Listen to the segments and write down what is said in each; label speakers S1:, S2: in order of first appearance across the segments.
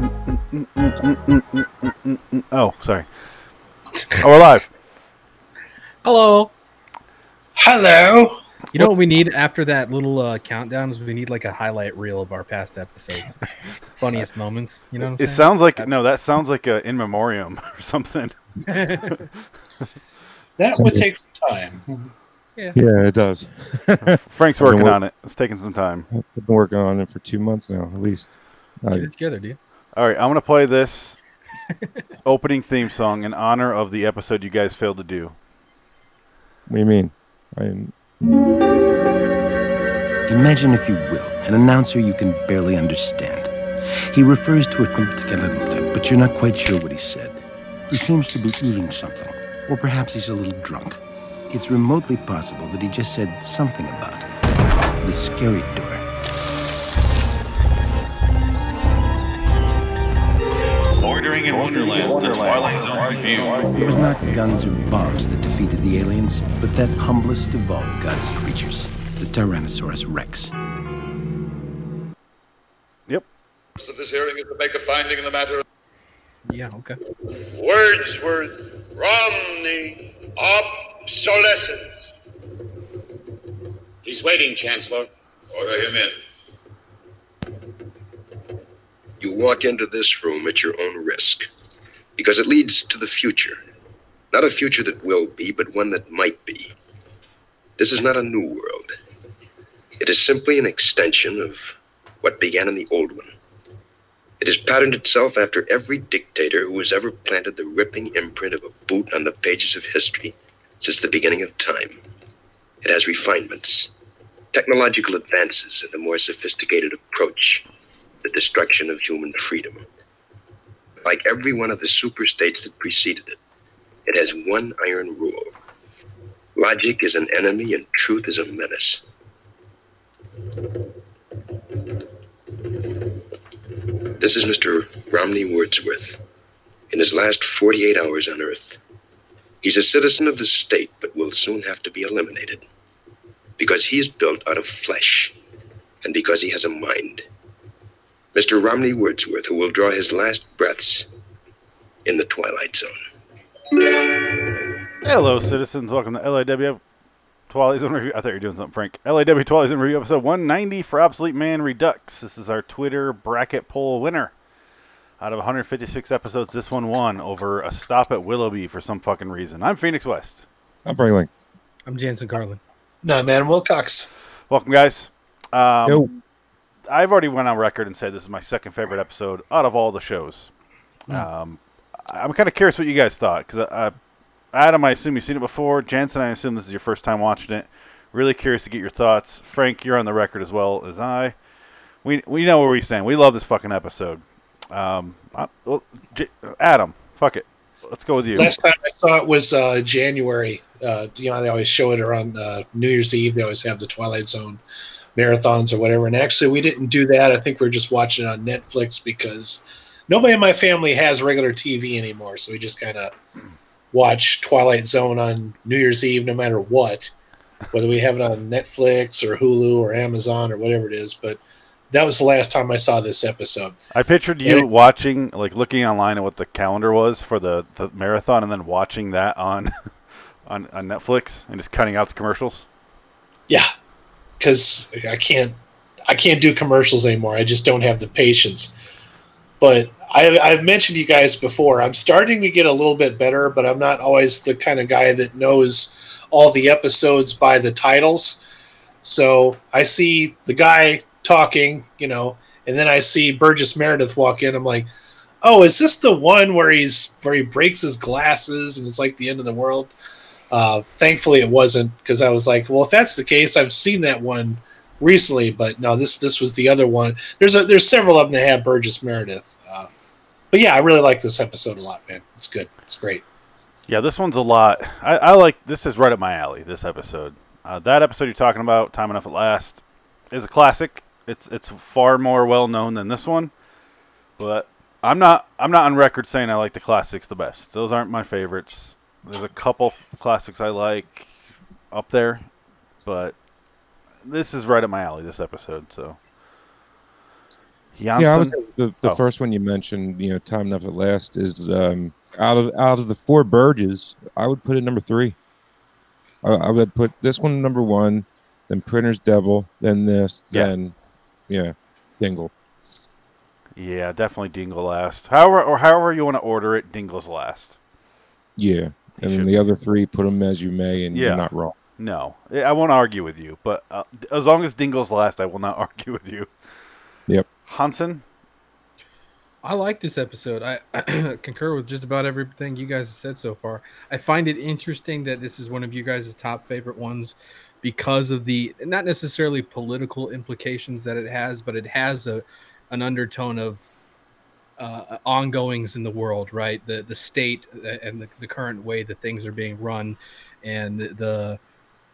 S1: mm, mm, mm, mm, mm, mm, mm, mm. Oh, sorry. Oh, we're live.
S2: Hello.
S3: Hello.
S2: You know what we need after that little uh, countdown is we need like a highlight reel of our past episodes, funniest moments. You know what I'm
S1: It
S2: saying?
S1: sounds like no. That sounds like a in memoriam or something.
S3: That would take some time.
S4: Yeah, it does. I've
S1: Frank's
S4: I've been
S1: working
S4: wor-
S1: on it. It's taking some time.
S4: been working on it for two months now, at least.
S2: Get
S4: I,
S2: it together, dude.
S1: All right, I'm gonna play this opening theme song in honor of the episode you guys failed to do.
S4: what do you mean? I,
S5: Imagine, if you will, an announcer you can barely understand. He refers to it, but you're not quite sure what he said. He seems to be eating something, or perhaps he's a little drunk. It's remotely possible that he just said something about the scary door.
S6: Bordering in Wonderland, the Twilight Zone review.
S5: It was not guns or bombs that defeated the aliens, but that humblest of all God's creatures, the Tyrannosaurus Rex.
S1: Yep.
S7: purpose of this hearing is to make a finding in the matter of
S2: Yeah. Okay.
S8: Wordsworth Romney obsolescence. He's waiting, Chancellor.
S7: order him in.
S9: You walk into this room at your own risk because it leads to the future. Not a future that will be, but one that might be. This is not a new world. It is simply an extension of what began in the old one. It has patterned itself after every dictator who has ever planted the ripping imprint of a boot on the pages of history since the beginning of time. It has refinements, technological advances, and a more sophisticated approach the destruction of human freedom. Like every one of the super states that preceded it, it has one iron rule logic is an enemy and truth is a menace. This is Mr. Romney Wordsworth in his last 48 hours on Earth. He's a citizen of the state, but will soon have to be eliminated because he is built out of flesh and because he has a mind. Mr. Romney Wordsworth, who will draw his last breaths in the Twilight Zone.
S1: Hello, citizens. Welcome to LAW Twilight Zone Review. I thought you were doing something, Frank. LAW Twilight Zone Review, episode 190 for Obsolete Man Redux. This is our Twitter bracket poll winner. Out of 156 episodes, this one won over a stop at Willoughby for some fucking reason. I'm Phoenix West.
S4: I'm probably like,
S2: I'm Jansen Carlin.
S3: No, man, Wilcox.
S1: Welcome, guys. Um,
S4: no,
S1: I've already went on record and said this is my second favorite episode out of all the shows. Um, I- I'm kind of curious what you guys thought because I, I, Adam, I assume you've seen it before. Jansen, I assume this is your first time watching it. Really curious to get your thoughts. Frank, you're on the record as well as I. We we know where we stand. We love this fucking episode. Um, I, well, J- Adam, fuck it. Let's go with you.
S3: Last time I saw it was uh, January. Uh, you know, they always show it around uh, New Year's Eve. They always have the Twilight Zone marathons or whatever. And actually, we didn't do that. I think we were just watching it on Netflix because nobody in my family has regular TV anymore. So we just kind of watch Twilight Zone on New Year's Eve, no matter what, whether we have it on Netflix or Hulu or Amazon or whatever it is. But that was the last time I saw this episode.
S1: I pictured
S3: Yeah.
S1: you watching, like looking online at what the calendar was for the, the marathon, and then watching that on, on on Netflix, and just cutting out the commercials.
S3: Yeah, because I can't, I can't do commercials anymore. I just don't have the patience. But I, I've mentioned to you guys before. I'm starting to get a little bit better, but I'm not always the kind of guy that knows all the episodes by the titles. So I see the guy talking, you know, and then I see Burgess Meredith walk in. I'm like, oh, is this the one where he's where he breaks his glasses and it's like the end of the world? Uh, thankfully, it wasn't because I was like, well, if that's the case, I've seen that one recently, but no, this this was the other one. There's a, there's several of them that have Burgess Meredith, uh, but yeah, I really like this episode a lot, man. It's good. It's great.
S1: Yeah, this one's a lot. I, I like this is right up my alley. This episode, uh, that episode you're talking about, time enough at last, is a classic. It's it's far more well known than this one, but I'm not I'm not on record saying I like the classics the best. Those aren't my favorites. There's a couple classics I like up there, but this is right up my alley. This episode, so Janssen.
S4: yeah, I was the, the
S1: Oh.
S4: first one you mentioned. You know, time enough at last is um, out of out of the four Burges, I would put it number three. I, I would put this one number one, then Printer's Devil, then this,
S1: Yeah.
S4: then yeah, Dingle.
S1: yeah, definitely Dingle last. However, or however you want to order it, Dingle's last.
S4: Yeah, and then
S1: should
S4: the other three, put them as you may, and
S1: Yeah.
S4: you're not wrong.
S1: No, I I won't argue with you, but uh, d- as long as Dingle's last, I will not argue with you.
S4: Yep.
S1: Hansen.
S2: I like this episode. I concur with just about everything you guys have said so far. I find it interesting that this is one of you guys' top favorite ones because of the not necessarily political implications that it has, but it has a an undertone of uh, ongoings in the world, right? The the state uh, and the, the current way that things are being run, and the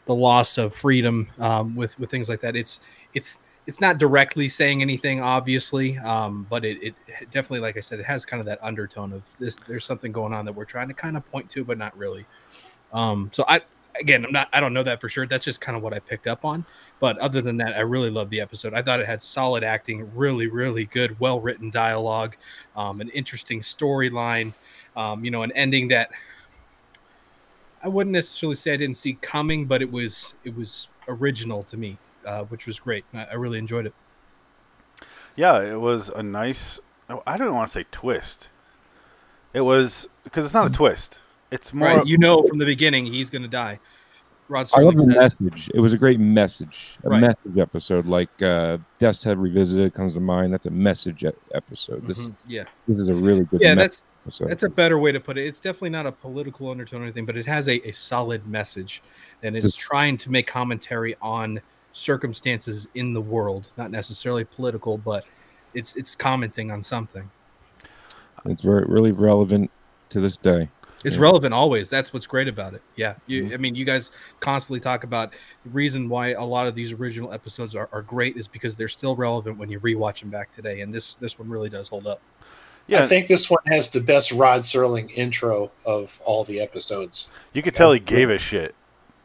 S2: the loss of freedom um, with with things like that. It's it's it's not directly saying anything, obviously, um, but it, it definitely, like I said, it has kind of that undertone of this. There's something going on that we're trying to kind of point to, but not really. Um, so I, again, I'm not, I don't know that for sure. That's just kind of what I picked up on. But other than that, I really love the episode. I thought it had solid acting, really, really good, well written dialogue, um, an interesting storyline, um, you know, an ending that I wouldn't necessarily say I didn't see coming, but it was it was original to me, uh, which was great. I, I really enjoyed it.
S1: Yeah, it was a nice. oh, I don't want to say twist. It was because it's not a twist. It's more.
S2: Mm. Right, you know from the beginning he's going to die. Rod
S4: I love the
S2: Sterling said-
S4: message. It was a great message, a
S2: Right.
S4: message episode. Like uh, Death's Head Revisited comes to mind. That's a message e- episode. This
S2: Mhm, Yeah,
S4: this is a really good
S2: yeah,
S4: message
S2: that's
S4: episode.
S2: that's a better way to put it. It's definitely not a political undertone or anything, but it has a, a solid message, and it's
S4: Just-
S2: trying to make commentary on circumstances in the world, not necessarily political, but it's it's commenting on something.
S4: It's very really relevant to this day.
S2: It's
S4: Yeah. Mm-hmm.
S2: relevant always. That's what's great about it. Yeah. You, I mean, you guys constantly talk about the reason why a lot of these original episodes are, are great is because they're still relevant when you rewatch them back today. And this this one really does hold up.
S1: yeah,
S3: I think this one has the best Rod Serling intro of all the episodes.
S1: you could tell he gave a shit.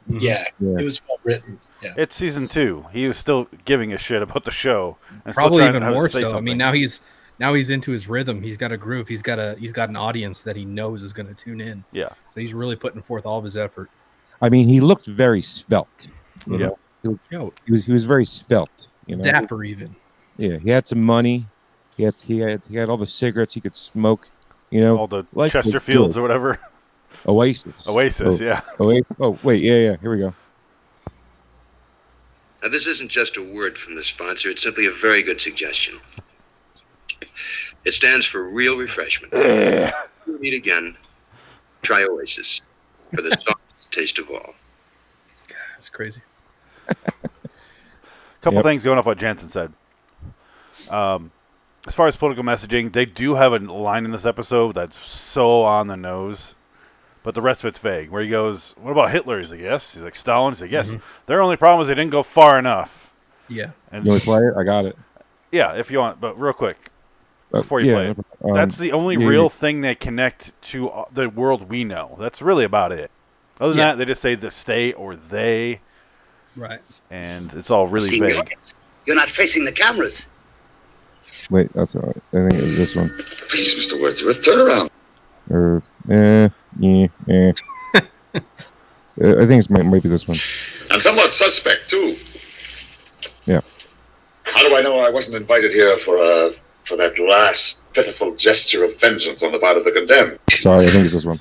S2: Mm-hmm.
S3: Yeah,
S4: Yeah.
S3: it was well written. Yeah,
S1: It's season two. He was still giving a shit about the show. And still
S2: Probably
S1: trying
S2: even
S1: to
S2: more so.
S1: say
S2: I mean,
S1: something.
S2: now he's now he's into his rhythm. He's got a groove. He's got a he's got an audience that he knows is going to tune in.
S1: Yeah.
S2: So he's really putting forth all of his effort.
S4: I mean, he looked very svelte. You
S1: Yeah.
S4: know,
S2: Yo,
S4: he was he was very svelte. You know,
S2: dapper even.
S4: yeah, he had some money. He had he had he had all the cigarettes he could smoke. You know,
S1: all the
S4: like the
S1: Chesterfields
S4: dude.
S1: or whatever.
S4: Oasis.
S1: Oasis,
S4: Oh,
S1: yeah.
S4: Oa- oh wait, yeah, yeah. Here we go.
S9: Now, this isn't just a word from the sponsor, it's simply a very good suggestion. It stands for real refreshment. If you need again, try Oasis for the softest taste of all.
S2: That's crazy.
S1: couple
S4: Yep.
S1: things going off what Jansen said. Um, as far as political messaging, they do have a line in this episode that's so on the nose, but the rest of it's vague. Where he goes, "What about Hitler?" He's like, "Yes." He's like, "Stalin?" He's like, "Yes." Their only problem is they didn't go far enough.
S2: Yeah.
S1: And
S4: Mm-hmm. You want to play it? I got it.
S1: yeah, if you want, but real quick,
S4: Uh,
S1: Before you
S4: yeah,
S1: play it.
S4: no problem. Um,
S1: that's the only
S4: yeah, yeah.
S1: real thing they connect to uh, the world we know. That's really about it. Other than
S2: Yeah.
S1: that, they just say the state or they,
S2: Right.
S1: and it's all really vague.
S8: You're not facing the cameras.
S4: wait. That's all right. I think it was this one.
S7: Please, Mr. Wordsworth, turn around.
S4: Or eh, yeah, eh. Uh, I think it's might, might be this one.
S7: And somewhat suspect, too.
S4: Yeah.
S7: How do I know I wasn't invited here for, uh, for that last pitiful gesture of vengeance on the part of the condemned?
S4: Sorry, I think it's this one.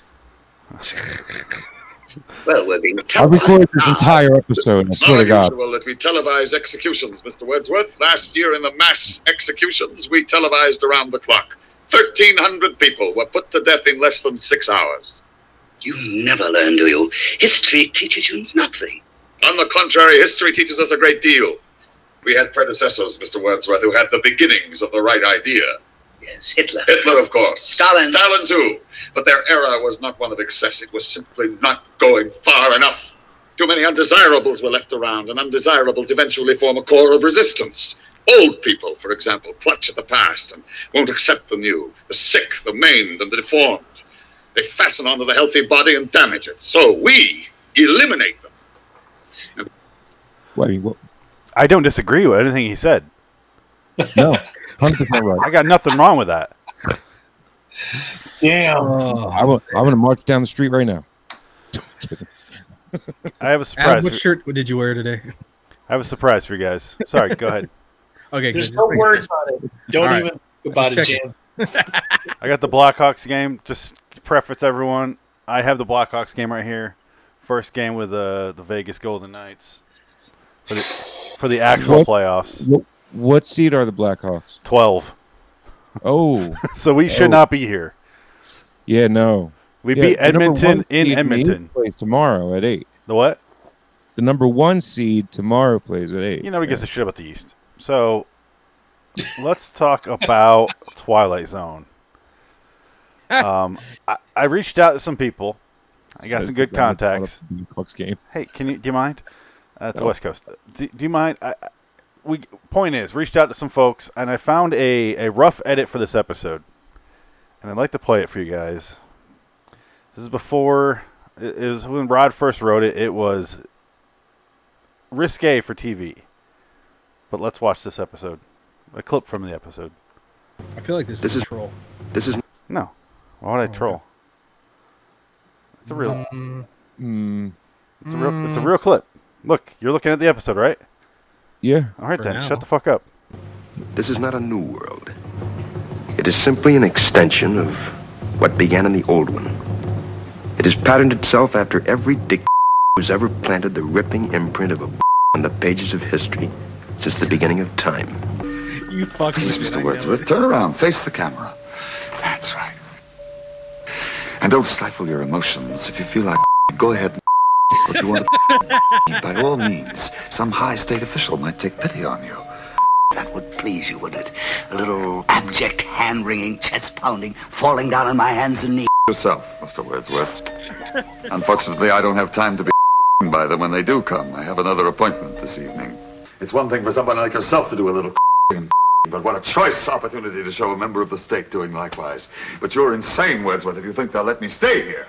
S8: Well, we're being Ah,
S4: I recorded this entire episode. I swear to God.
S7: unusual that we televise executions, Mr. Wordsworth. Last year in the mass executions, we televised around the clock. 1,300 people were put to death in less than six hours.
S8: You never learn, do you? History teaches you nothing.
S7: On the contrary, history teaches us a great deal. We had predecessors, Mr. Wordsworth, who had the beginnings of the right idea.
S8: Yes, Hitler.
S7: Hitler, of course.
S8: Stalin.
S7: Stalin, too. But their error was not one of excess. It was simply not going far enough. Too many undesirables were left around, and undesirables eventually form a core of resistance. Old people, for example, clutch at the past and won't accept the new, the sick, the maimed, and the deformed. They fasten onto the healthy body and damage it. So we eliminate them.
S4: Wait, what?
S1: I don't disagree with anything he said.
S4: No, Hundred percent right.
S1: I got nothing wrong with that.
S3: Damn.
S2: Oh,
S4: I want. I want to march down the street right now.
S1: I have a
S2: Adam,
S1: surprise.
S2: what
S1: for-
S2: shirt did you wear today?
S1: I have a surprise for you guys. Sorry, go ahead.
S2: Okay,
S3: There's
S2: good.
S3: no
S2: Just make-
S3: words on it. Don't
S2: All right.
S3: even think about it,
S2: Just
S3: Jan.
S1: I got the Blackhawks game. Just preface everyone. I have the Blackhawks game right here. First game with uh, the Vegas Golden Knights for the, for the actual
S4: What?
S1: playoffs.
S4: What seed are the Blackhawks?
S1: Twelve.
S4: Oh,
S1: So we should
S4: Oh.
S1: not be here.
S4: yeah, no.
S1: We
S4: Yeah,
S1: beat
S4: the number
S1: Edmonton
S4: one
S1: in
S4: seed
S1: Edmonton.
S4: Maine Plays tomorrow at eight.
S1: The what?
S4: The number one seed tomorrow plays at eight.
S1: You know, he gives a shit about the East. So let's talk about Twilight Zone. Um, I, I reached out to some people. I got
S4: Says
S1: some
S4: the
S1: good
S4: guy that brought up
S1: contacts.
S4: the Blackhawks game.
S1: Hey, can you do you mind? Uh, it's the
S4: No.
S1: West Coast. Do, do you mind? I, I- we point is reached out to some folks and I found a a rough edit for this episode, and I'd like to play it for you guys. This is before it, it was when Rod first wrote it. It was risque for TV, but let's watch this episode. A clip from the episode.
S2: I feel like this,
S9: This
S2: is a
S9: is-
S2: troll.
S9: This is
S1: No, why would I
S2: Oh, okay.
S1: troll? It's a real.
S2: Mm,
S4: Hmm.
S1: It's a real. It's a real clip. Look, you're looking at the episode, right?
S4: yeah.
S1: All right
S2: For
S1: then,
S2: now.
S1: shut the fuck up.
S9: This is not a new world. It is simply an extension of what began in the old one. It has patterned itself after every dick who's ever planted the ripping imprint of a on the pages of history since the beginning of time.
S2: you fucked with it. I know it.
S7: Turn around, face the camera. That's right. And don't stifle your emotions. If you feel like go ahead and what you want to by all means. Some high state official might take pity on you.
S8: That would please you, wouldn't it? A little abject hand wringing, chest pounding, falling down on my hands and knees.
S7: Yourself, Mr. Wordsworth. Unfortunately, I don't have time to be by them when they do come. I have another appointment this evening. It's one thing for someone like yourself to do a little but what a choice opportunity to show a member of the state doing likewise. But you're insane, Wordsworth, if you think they'll let me stay here.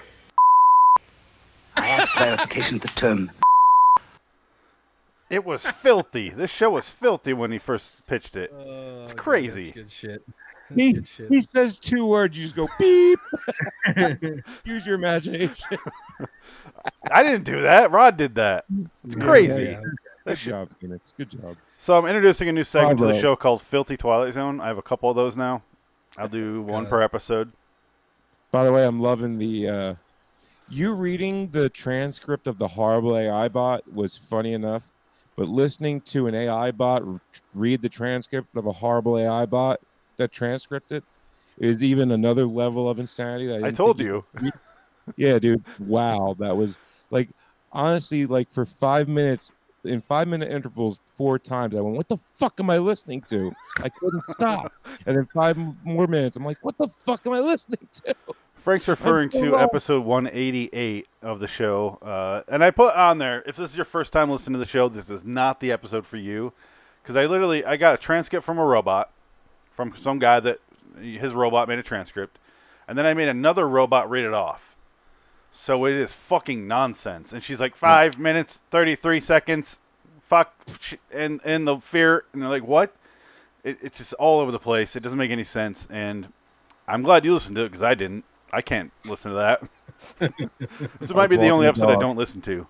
S8: I ask clarification of the term.
S1: It was filthy. This show was filthy when he first pitched it.
S2: Oh, dude, that's
S1: crazy.
S2: Good shit. That's
S4: He,
S2: good shit.
S4: he says two words. You just go beep. Use your imagination.
S1: I didn't do that. Rod did that. It's
S2: Yeah,
S1: crazy.
S2: yeah, yeah.
S4: Good job, Phoenix. Good job.
S1: So I'm introducing a new segment to the
S4: Bravo.
S1: show called Filthy Twilight Zone. I have a couple of those now. I'll do one
S2: God.
S1: per episode.
S4: By the way, I'm loving the. Uh, you reading the transcript of the horrible AI bot was funny enough, but listening to an AI bot r- read the transcript of a horrible AI bot that transcript it is even another level of insanity. That I,
S1: I
S4: didn't
S1: told
S4: think
S1: you.
S4: Yeah, dude. Wow, that was like honestly, like for five minutes in five minute intervals, four times I went, "What the fuck am I listening to?" I couldn't stop, and then five m- more minutes, I'm like, "What the fuck am I listening to?"
S1: Frank's referring
S4: so
S1: to
S4: wrong.
S1: episode 188 of the show. Uh, and I put on there, if this is your first time listening to the show, this is not the episode for you. Because I literally, I got a transcript from a robot, from some guy that his robot made a transcript. And then I made another robot read it off. So it is fucking nonsense. And she's like, five minutes, 33 seconds, fuck, sh- and, and the fear. And they're like, what? It, it's just all over the place. It doesn't make any sense. And I'm glad you listened to it because I didn't. I can't listen to that. this might be the
S4: walking
S1: only
S4: the
S1: episode I
S4: dog.
S1: don't listen to.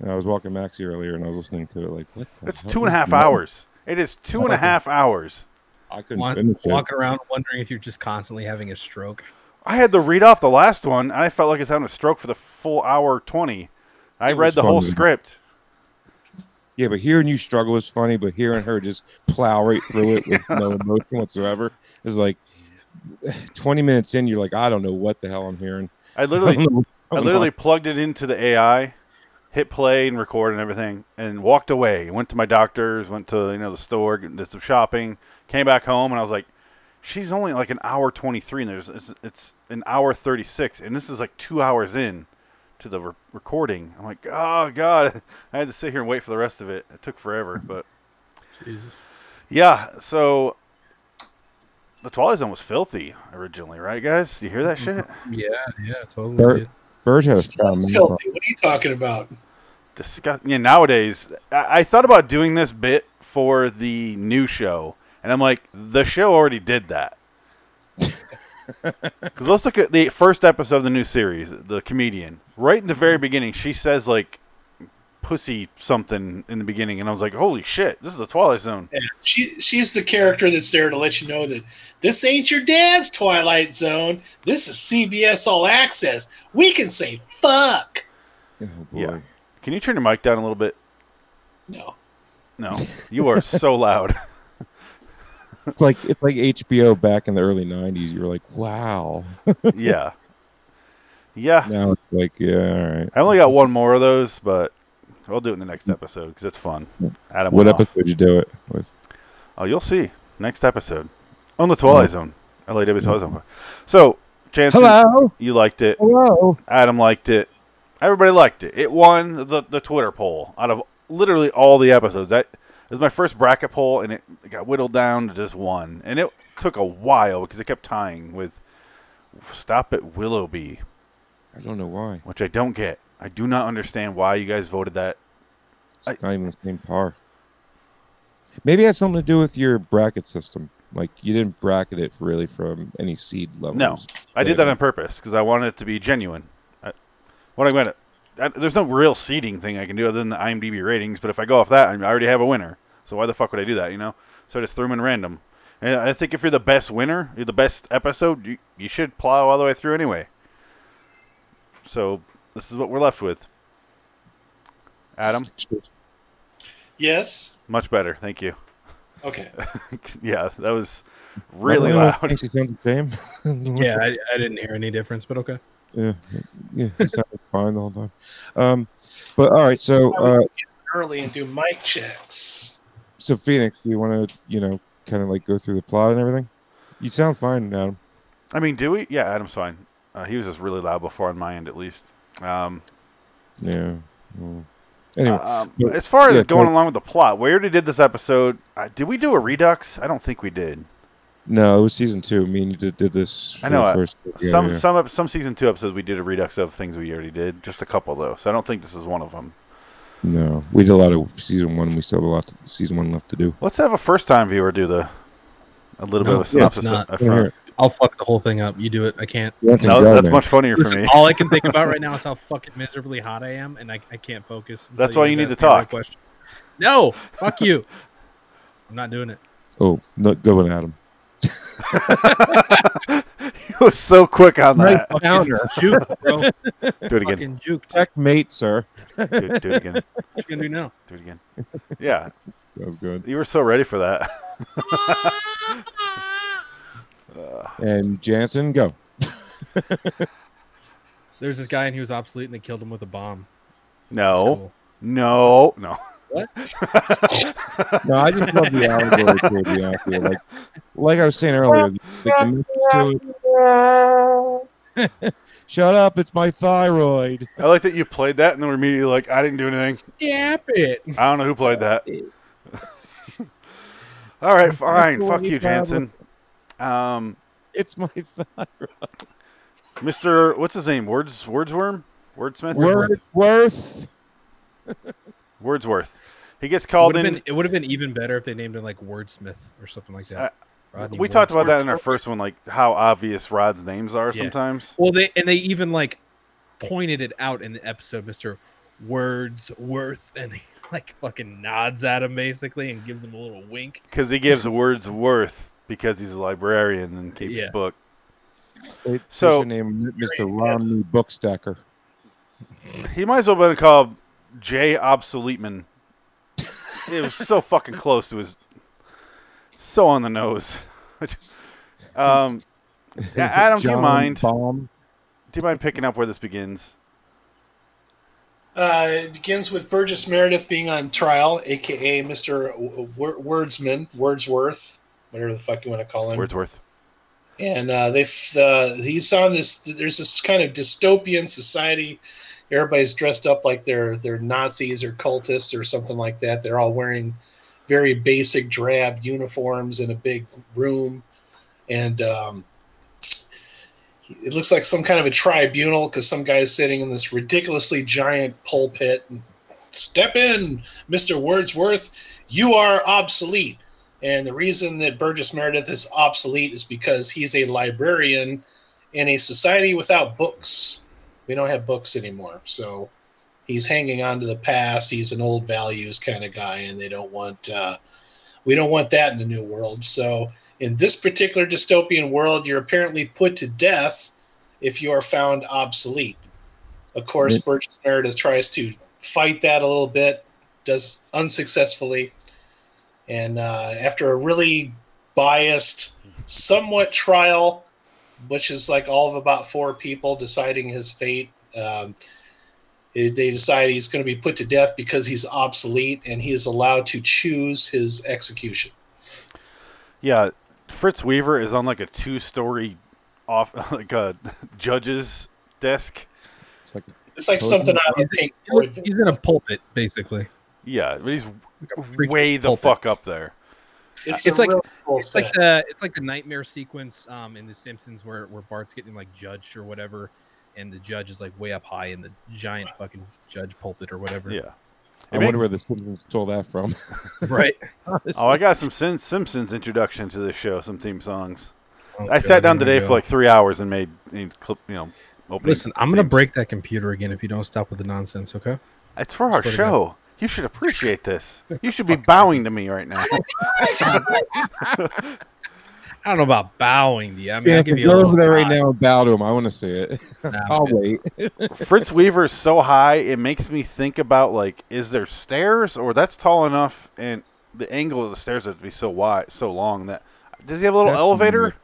S4: And I was walking Maxie earlier, and I was listening to it, like, "What?" the
S1: It's
S4: hell
S1: two and a
S4: is
S1: half
S4: that?"
S1: hours. It is two and a half hours.
S4: I couldn't
S2: Wa-
S4: finish it.
S2: walking around wondering if you're just constantly having a stroke.
S1: I had to read off the last one, and I felt like I was having a stroke for the full hour twenty. I
S4: It
S1: read
S4: was
S1: the whole
S4: fun.
S1: script.
S4: Yeah, but hearing you struggle was funny, but hearing her just plow right through it with no emotion whatsoever is like. 20 minutes in, you're like, I don't know what the hell I'm hearing.
S1: I
S4: I,
S1: literally,
S4: don't know what's
S1: I
S4: going
S1: literally plugged it into the AI, hit play and record and everything, and walked away. Went to my doctor's, went to you know the store, did some shopping, came back home, and I was like, "She's only like an hour twenty three, and there's it's, it's an hour thirty six, and this is like two hours in to the re- recording." I'm like, "Oh God!" I had to sit here and wait for the rest of it. It took forever, but
S2: Jesus.
S1: yeah. So the Twilight Zone was filthy originally, right, guys? You hear that shit?
S2: Yeah, yeah, totally.
S4: Bert-
S2: dude.
S4: Bird had a
S3: It's not
S4: sound man.
S3: filthy. What are you talking about?
S1: disgust. Yeah, nowadays I, I thought about doing this bit for the new show, And I'm like, the show already did that. Because let's look at the first episode of the new series, the comedian. Right in the very beginning, she says like pussy something in the beginning, and I was like, holy shit, this is the Twilight Zone.
S3: She she's the character that's there to let you know that this ain't your dad's Twilight Zone. This is CBS All Access. We can say fuck.
S4: Oh boy.
S1: Yeah. Can you turn your mic down a little bit?
S3: No.
S1: No, you are so loud.
S4: It's like it's like HBO back in the early '90s. You were like, wow.
S1: yeah. Yeah.
S4: now it's like, yeah, all right.
S1: I only got one more of those, but I'll do it in the next episode because it's fun. Adam,
S4: What
S1: went off.
S4: episode you do it with?
S1: Oh, you'll see next episode on the Twilight Zone, LAW Twilight Zone. So, Jansen,
S4: Hello,
S1: you liked it.
S4: hello.
S1: Adam liked it. Everybody liked it. It won the, the Twitter poll out of literally all the episodes. That it was my first bracket poll, and it got whittled down to just one. And it took a while because it kept tying with "Stop at Willowby,"
S4: I don't know why.
S1: which I don't get. I do not understand why you guys voted that.
S4: It's
S1: I-
S4: not even the same par. Maybe it had something to do with your bracket system. Like you didn't bracket it really from any seed levels.
S1: No, I did that on purpose because I wanted it to be genuine. I, what I'm gonna, I, there's no real seeding thing I can do other than the IMDb ratings. But if I go off that, I already have a winner. So why the fuck would I do that? You know. So I just threw them in random. And I think if you're the best winner, you're the best episode. You you should plow all the way through anyway. So this is what we're left with. Adam,
S3: Yes.
S1: much better. Thank you.
S3: Okay.
S1: yeah, that was really
S4: I don't know,
S1: loud.
S4: Thinks he sounds the same.
S2: Yeah, I, I didn't hear any difference, but okay.
S4: yeah, yeah. He sounded fine the whole time. Um, but all right, so uh,
S3: Early and do mic checks.
S4: so Phoenix, do you want to you know kind of like go through the plot and everything? You sound fine, Adam.
S1: I mean, do we? Yeah, Adam's fine. Uh, he was just really loud before on my end, at least. Um,
S4: Yeah. Mm. Anyway,
S1: Um,
S4: Yeah.
S1: as far as
S4: Yeah,
S1: going
S4: totally.
S1: along with the plot, we already did this episode. Uh, did we do a redux? I don't think we did.
S4: no, it was season two. Me and you did, did this.
S1: I know, uh,
S4: for the first. yeah,
S1: some
S4: yeah.
S1: some ep- some season two episodes we did a redux of things we already did. Just a couple though, so I don't think this is one of them.
S4: No, we did a lot of season one. We still have a lot to, season one left to do.
S1: Let's have a first time viewer do the a little bit
S2: No,
S1: of a
S2: let's
S1: synopsis
S2: not.
S1: up
S4: Yeah,
S1: front.
S2: I'll fuck the whole thing up. You do it. I can't.
S4: You want some
S1: No,
S4: go,
S1: that's
S4: man.
S1: much funnier for
S2: Listen,
S1: me.
S2: all I can think about right now is how fucking miserably hot I am, and I, I can't focus. until
S1: That's why
S2: guys
S1: you need to talk.
S2: ask me that Question. No, fuck you. I'm not doing it.
S4: Oh, no, good one, Adam.
S1: it was so quick on that.
S2: Fucking juked, bro.
S1: Do it again.
S2: fucking juked. What
S4: Check mate, sir.
S1: Do, it- do it again.
S2: you gonna do now?
S1: Do it again. Yeah,
S4: That was good.
S1: you were so ready for that.
S4: And Jansen, go.
S2: There's this guy, and he was obsolete, and they killed him with a bomb.
S1: No,
S2: Cool.
S1: no, no.
S4: No, I just love the allegory for the idea. Like, like I was saying earlier, like the message to it- Shut up! It's my thyroid.
S1: I like that you played that and then were immediately like, I didn't do anything.
S2: Yap it.
S1: I don't know who played that. All right, fine. Fuck you, Jansen. Um,
S4: It's my thyroid.
S1: Mr. What's his name? Words Wordsworm? Wordsmith?
S4: Wordsworth.
S1: Wordsworth. He gets
S2: Would've
S1: called in.
S2: been- it would have been even better if they named him like Wordsmith or something like that. Rodney
S1: we talked about that in our
S2: Wordsworth.
S1: first one, like how obvious Rod's names are
S2: Yeah.
S1: sometimes.
S2: Well, they and they even like pointed it out in the episode, Mister Wordsworth, and he like fucking nods at him basically and gives him a little wink.
S1: Because he gives Wordsworth because he's a librarian and keeps
S2: Yeah.
S1: book.
S4: They- they
S1: So-
S4: should name him Mr. Romney Bookstacker.
S1: He might as well have been called J. Obsoleteman. it was so fucking close to his. So on the nose. um, yeah, Adam, do you
S4: John
S1: mind?
S4: Baum.
S1: Do you mind picking up where this begins?
S3: Uh, it begins with Burgess Meredith being on trial, aka Mr. W- W- Wordsman, Wordsworth, whatever the fuck you want to call him.
S1: Wordsworth.
S3: and uh, they f- uh, he's on this. There's this kind of dystopian society. Everybody's dressed up like they're they're Nazis or cultists or something like that. They're all wearing very basic drab uniforms in a big room, and um, it looks like some kind of a tribunal because some guy's sitting in this ridiculously giant pulpit. Step in, Mister Wordsworth. You are obsolete. And the reason that Burgess Meredith is obsolete is because he's a librarian in a society without books. We don't have books anymore. So he's hanging on to the past. He's an old values kind of guy, and they don't want, uh, we don't want that in the new world. So in this particular dystopian world, you're apparently put to death if you are found obsolete. Of course,
S4: Yeah.
S3: Burgess Meredith tries to fight that a little bit, does unsuccessfully. And uh, after a really biased, somewhat trial, which is like all of about four people deciding his fate, um, it- they decide he's going to be put to death because he's obsolete and he is allowed to choose his execution.
S1: Yeah, Fritz Weaver is on like a two-story off like a judge's desk.
S4: It's like
S3: It's like
S4: Oh,
S3: something I
S2: He's,
S3: would think.
S2: he looks- he's in a pulpit, basically.
S1: Yeah, but he's
S2: freaking
S1: way the
S2: pulpit.
S1: fuck up there.
S3: It's,
S2: It's
S3: a
S2: like-
S3: real cool
S2: It's like
S3: set.
S2: the it's like the nightmare sequence um, in The Simpsons where where Bart's getting like judged or whatever, and the judge is like way up high in the giant fucking judge pulpit or whatever.
S1: Yeah.
S4: I
S1: It make-
S4: wonder where the Simpsons stole that from.
S2: Right.
S1: oh, I got some Sim- Simpsons introduction to this show, some theme songs.
S2: Oh,
S1: I sat down today for like three hours and made made clip, you know, opening.
S2: Listen, I'm gonna
S1: themes.
S2: break that computer again if you don't stop with the nonsense, okay?
S1: It's for our
S2: Swear to
S1: show. You should appreciate this. You should be bowing to me right now.
S2: I don't know about bowing to you. I mean,
S4: Yeah,
S2: I'll give you a
S4: go
S2: little
S4: over there right
S2: nod.
S4: now and bow to him. I want to see it.
S2: Nah, I'm
S4: I'll
S2: good.
S4: wait.
S1: Fritz Weaver is so high, it makes me think about like, is there stairs or that's tall enough and the angle of the stairs would be so wide, so long that does he have a little
S4: That's-
S1: elevator?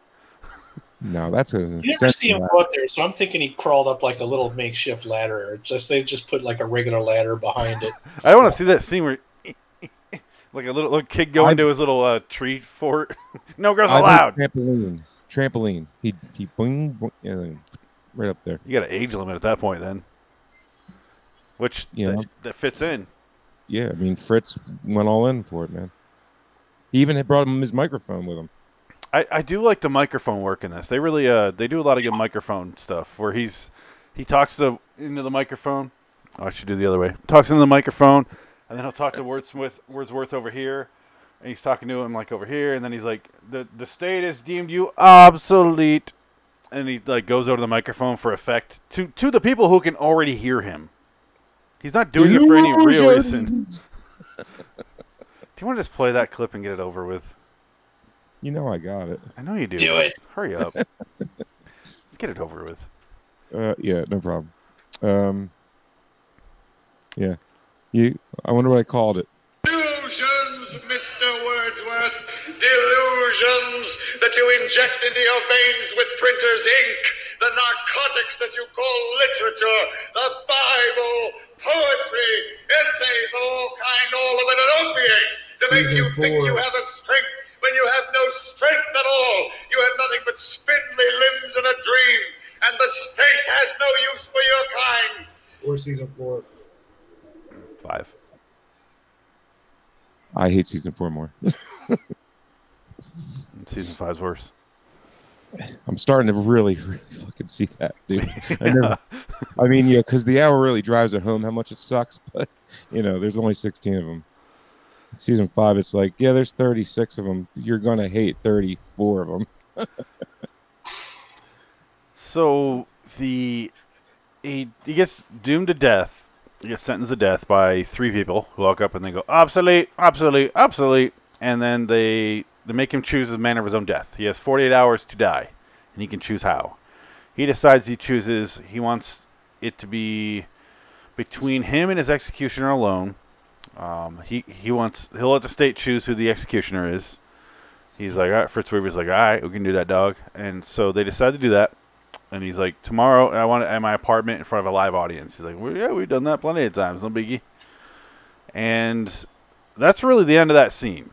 S4: No, that's a.
S3: You never see him go up there, so I'm thinking he crawled up like a little makeshift ladder, or just they just put like a regular ladder behind it.
S1: I want to see that scene where like a little, little kid go
S4: I've-
S1: into his little uh, tree fort. no girls
S4: I
S1: allowed.
S4: think trampoline. Trampoline. He he boing, boing and right up there.
S1: You got an age limit at that point, then, which
S4: You
S1: that,
S4: know.
S1: that fits in.
S4: Yeah, I mean Fritz went all in for it, man. He even had brought him his microphone with him.
S1: I, I do like the microphone work in this. They really uh they do a lot of good microphone stuff where he's he talks to into the microphone. Oh, I should do the other way. Talks into the microphone, and then he'll talk to Wordsworth Wordsworth over here, and he's talking to him like over here, and then he's like the the state has deemed you obsolete, and he like goes over to the microphone for effect to to the people who can already hear him. He's not doing it for any real reason. Do you want to just play that clip and get it over with?
S4: You know I got it.
S1: I know you do.
S3: Do it.
S1: Hurry up. Let's get it over with.
S4: Uh, yeah, no problem. Um, yeah, you. I wonder what I called it.
S7: Delusions, Mr. Wordsworth. Delusions that you inject into your veins with printer's ink. The narcotics that you call literature. The Bible, poetry, essays, all kind, all of it an opiate to make
S10: Season
S7: you think
S10: four.
S7: you have a strength when you have no strength at all. You have nothing but spindly limbs and a dream. And the state has no use for your kind.
S10: Or season four.
S1: Five.
S4: I hate season four more.
S1: Season five's worse.
S4: I'm starting to really, really fucking see that, dude. I, never, I mean, yeah, because the hour really drives it home how much it sucks. But you know, there's only 16 of them. Season five, it's like, yeah, there's 36 of them. You're gonna hate 34 of them.
S1: So the he, he gets doomed to death. He gets sentenced to death by three people who walk up and they go obsolete, obsolete, obsolete, and then they they make him choose his manner of his own death. He has 48 hours to die, and he can choose how. He decides he chooses. He wants it to be between him and his executioner alone. Um, he he wants he'll let the state choose who the executioner is. He's like, all right, Fritz Weaver's like, all right, we can do that, dog. And so they decide to do that and he's like, "Tomorrow, I want it at my apartment in front of a live audience." He's like, well, "Yeah, we've done that plenty of times, no biggie." And that's really the end of that scene,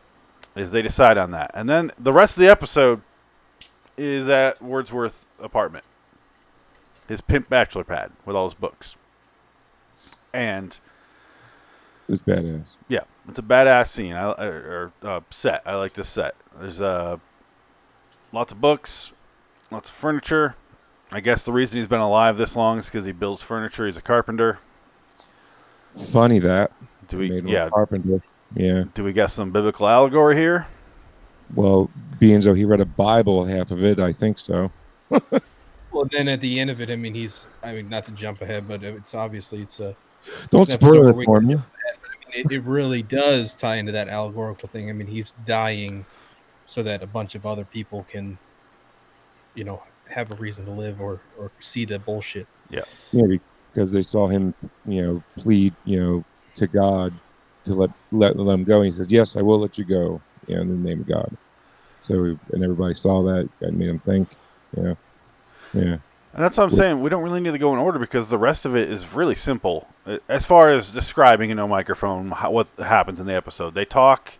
S1: is they decide on that, and then the rest of the episode is at Wordsworth apartment, his pimp bachelor pad with all his books, and
S4: It's badass.
S1: yeah, it's a badass scene. I, or or, uh, set. I like this set. There's uh, lots of books, lots of furniture. I guess the reason he's been alive this long is because he builds furniture. He's a carpenter.
S4: Funny that.
S1: Do
S4: Made
S1: we?
S4: him a
S1: Yeah.
S4: Carpenter. Yeah.
S1: Do we got some biblical allegory here?
S4: Well, being though he read a Bible half of it, I think so.
S2: Well, then at the end of it, I mean, he's, I mean, not to jump ahead, but it's obviously, it's a,
S4: Don't
S2: It's an episode
S4: spoil
S2: where
S4: it
S2: we-
S4: for me.
S2: it, it really does tie into that allegorical thing. I mean, he's dying so that a bunch of other people can, you know, have a reason to live or, or see the bullshit.
S4: Yeah, because they saw him, you know, plead, you know, to God to let let them go. And he said, "Yes, I will let you go," you know, in the name of God. So, and everybody saw that. That made them think, you know, yeah.
S1: And that's what I'm saying. We don't really need to go in order because the rest of it is really simple Uh, as far as describing in no microphone how, what happens in the episode. They talk.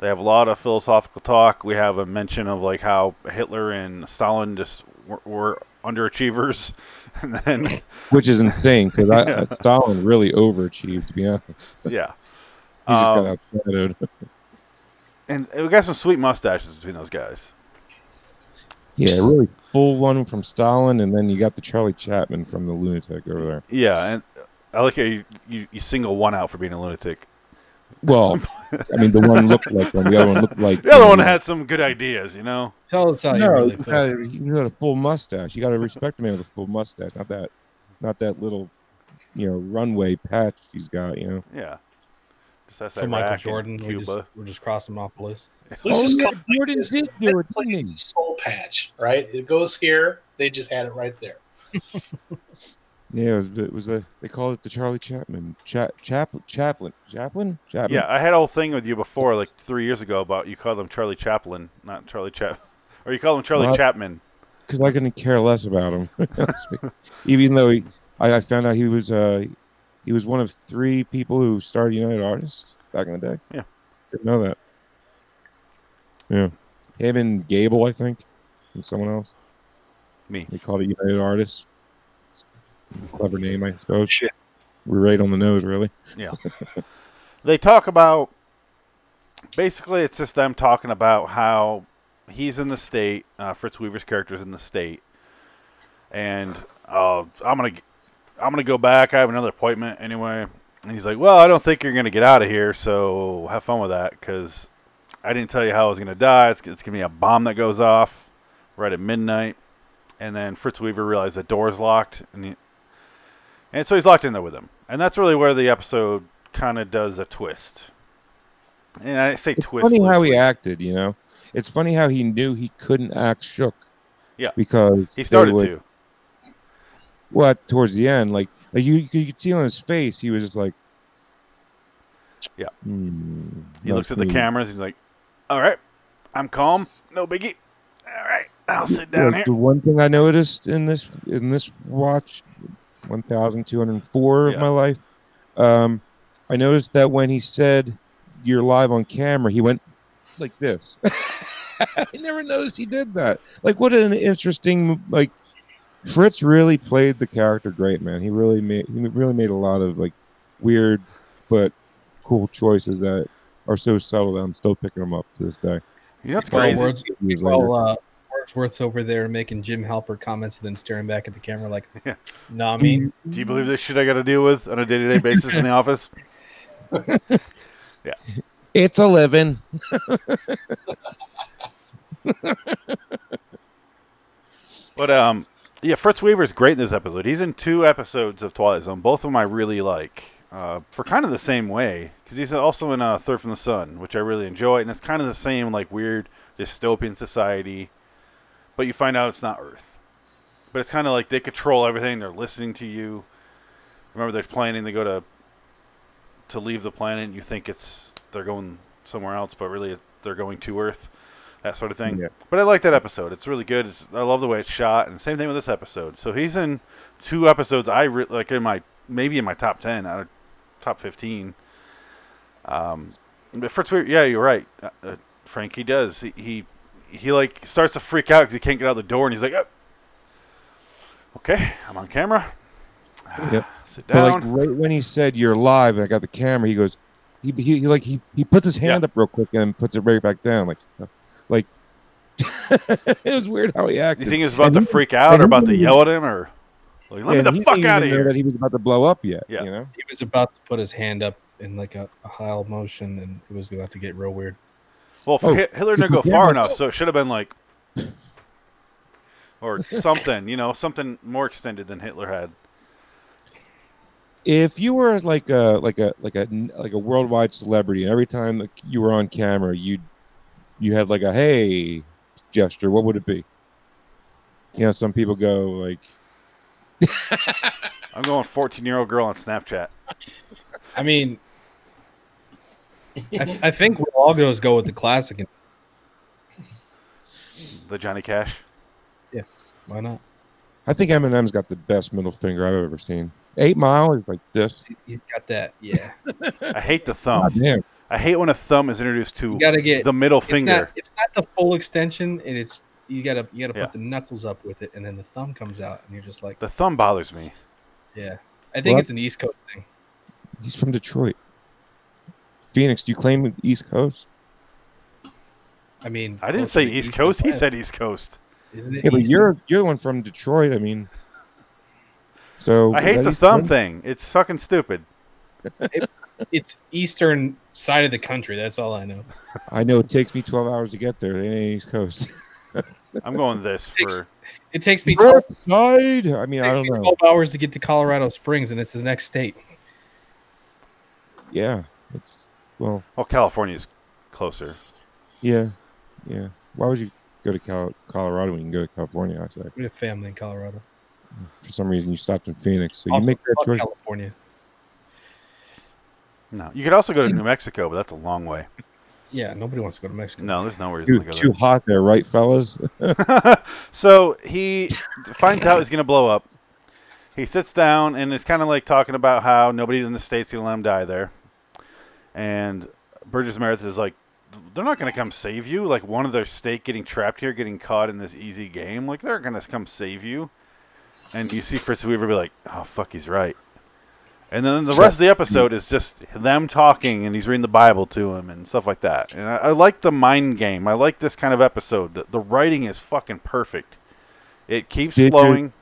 S1: They have a lot of philosophical talk. We have a mention of like how Hitler and Stalin just were, were underachievers, and then
S4: Which is insane because I Stalin really overachieved. To be honest,
S1: yeah,
S4: he just
S1: Um,
S4: got outshadowed.
S1: and we got some sweet mustaches between those guys.
S4: yeah, really full one from Stalin, and then you got the Charlie Chapman from the lunatic over there.
S1: Yeah, and I like how you, you, you single one out for being a lunatic.
S4: Well, I mean, the one looked like one, the other one looked like
S1: The other one
S4: had.
S1: had some good ideas, you know.
S2: Tell us how you
S4: no,
S2: really
S4: you,
S2: feel.
S4: gotta, you got a full mustache. You got to respect a man with a full mustache, not that, not that little, you know, runway patch he's got. You know,
S1: Yeah, just that's
S2: So
S1: Iraq
S2: Michael
S1: and
S2: Jordan, we
S1: Cuba.
S2: just, we're just crossing him off the list.
S3: Let's just
S4: yeah,
S3: call it
S4: Jordan
S3: this.
S4: did do it,
S3: Place
S4: didn't he?
S3: the soul patch, right? It goes here. They just had it right there.
S4: yeah, it was, it was the they called it the Charlie Chapman, Cha- Chap, Chaplin, Chaplin, Chaplin.
S1: Yeah, I had a whole thing with you before, like three years ago, about you called him Charlie Chaplin, not Charlie Chap, or you called him Charlie
S4: Well, I-
S1: Chapman.
S4: because I couldn't care less about him. Even though he, I, I found out he was, uh, he was one of three people who started United Artists back in the day.
S1: Yeah.
S4: didn't know that. Yeah, him and Gable, I think, and someone else.
S1: Me.
S4: They called it United Artists. Clever name, I suppose.
S9: Shit.
S4: We're right on the nose, really.
S1: They talk about basically it's just them talking about how he's in the state. Uh, Fritz Weaver's character's in the state, and uh, I'm gonna g- I'm gonna go back. I have another appointment anyway. And he's like, "Well, I don't think you're gonna get out of here, so have fun with that, because I didn't tell you how I was gonna die. It's, it's gonna be a bomb that goes off right at midnight." And then Fritz Weaver realized the door's locked, and he, and so he's locked in there with him. And that's really where the episode kind of does a twist. And I say
S4: It's
S1: twist.
S4: funny how
S1: loosely.
S4: he acted, you know. It's funny how he knew he couldn't act shook.
S1: Yeah.
S4: because
S1: He
S4: they
S1: started
S4: would-
S1: to.
S4: Well, towards the end, like, like you, you could see on his face, he was just like,
S1: Yeah.
S4: Hmm,
S1: He
S4: no
S1: looks at the
S4: clue.
S1: cameras. He's like, "All right, I'm calm. No biggie. All right, I'll sit
S4: Yeah,
S1: down here."
S4: The one thing I noticed in this in this watch, one thousand two hundred four
S1: Yeah.
S4: of my life, um, I noticed that when he said "you're live on camera," he went like this. I never noticed he did that. Like, what an interesting like. Fritz really played the character great, man. He really made he really made a lot of like weird but cool choices that are so subtle that I'm still picking them up to this day.
S1: You know what's
S2: Well,
S1: crazy?
S2: words,
S4: Years later.
S2: well, uh, Wordsworth's over there making Jim Halpert comments and then staring back at the camera like,
S1: Yeah.
S2: no, I mean,
S1: Do you believe this shit I got to deal with on a day-to-day basis in the office?
S4: It's a living.
S1: But um, yeah, Fritz Weaver's great in this episode. He's in two episodes of Twilight Zone. Both of them I really like uh, for kind of the same way because he's also in uh, Third from the Sun, which I really enjoy, and it's kind of the same like weird dystopian society, but you find out it's not Earth. But it's kind of like they control everything. They're listening to you. Remember, they're planning. They go to to leave the planet. And you think it's they're going somewhere else, but really they're going to Earth. That sort of thing.
S4: Yeah.
S1: But I like that episode. It's really good. It's, I love the way it's shot, and same thing with this episode. So he's in two episodes. I re- like in my maybe in my top ten, out of top fifteen. Um, but Fritz, Weir- yeah, you're right, uh, uh, Frank. He does. He, he he like starts to freak out because he can't get out the door, and he's like, oh. "Okay, I'm on camera.
S4: Yep.
S1: Sit
S4: But
S1: down."
S4: like right when he said you're live and I got the camera, he goes, he, he, he like he, he puts his hand up real quick and then puts it right back down. Like, uh, like it was weird how he acted.
S1: you think he's about
S4: And
S1: to
S4: he-
S1: freak out
S4: and
S1: or
S4: he
S1: about to
S4: didn't-
S1: yell at him or like, let
S4: and
S1: me
S4: he
S1: the
S4: didn't
S1: fuck
S4: even
S1: out of
S4: know
S1: here?
S4: That he was about to blow up yet.
S1: Yeah.
S4: You know.
S2: he was about to put his hand up in like a, a high motion and it was about to get real weird.
S1: Well,
S4: Oh.
S1: Hit- Hitler didn't go far enough, so it should have been like, or something, you know, something more extended than Hitler had.
S4: if you were like a like a like a like a worldwide celebrity and every time like, you were on camera you you had like a hey gesture what would it be you know some people go like
S1: I'm going 14 year old girl on Snapchat.
S2: I mean, I, I think we'll all go go with the classic. And
S1: The Johnny Cash.
S2: why not?
S4: i think eminem's got the best middle finger i've ever seen eight mile is like this
S2: He's got that. Yeah,
S1: I hate the
S4: God
S2: Oh.
S1: thumb.
S4: damn.
S1: I hate when a thumb is introduced to
S2: you gotta get
S1: the middle
S2: It's not,
S1: finger.
S2: it's not the full extension, and it's you gotta you gotta
S1: Yeah.
S2: put the knuckles up with it, and then the thumb comes out, and you're just like,
S1: The thumb bothers me.
S2: yeah. I think
S4: What?
S2: it's an East Coast thing.
S4: he's from detroit phoenix do you claim the east coast
S2: I mean,
S1: I didn't
S2: closer
S1: say
S2: to
S1: East
S2: than
S1: Coast. He
S2: West,
S1: said East Coast.
S2: isn't it
S4: yeah but
S2: East?
S4: you're you're the one from detroit i mean so
S1: I
S4: is
S1: hate
S4: Oh, that
S1: the
S4: East
S1: thumb
S4: Coast?
S1: thing. It's fucking stupid.
S2: It's eastern side of the country. That's all I know.
S4: i know it takes me 12 hours to get there it ain't east coast
S1: I'm going this
S2: Six-
S1: for.
S2: It takes me twelve,
S4: North side. I mean, I
S2: takes
S4: don't
S2: me
S4: know.
S2: 12 hours to get to Colorado Springs, and it's the next state.
S4: Yeah, it's well,
S1: Well, oh, California's closer.
S4: yeah, yeah. Why would you go to Cal- Colorado when you can go to California? I say
S2: We have family in Colorado.
S4: for some reason you stopped in Phoenix, so
S2: Also,
S4: you make that
S2: fuck
S4: choice.
S2: California.
S1: No, you could also go to New Mexico, but that's a long way.
S2: Yeah, nobody wants to go to Mexico.
S1: No, there's no reason
S4: Too,
S1: to go
S4: too hot there, right, fellas?
S1: there. so he finds out he's going to blow up. He sits down and is kind of like talking about how nobody in the state's going to let him die there. And Burgess Meredith is like, they're not going to come save you. Like one of their state getting trapped here, getting caught in this easy game. Like they're going to come save you. And you see Fritz Weaver be like, oh fuck, he's right. And then the rest of the episode is just them talking, and he's reading the Bible to him and stuff like that. And I, I like the mind game. I like this kind of episode. The, the writing is fucking perfect. It keeps
S4: Did you-
S1: flowing.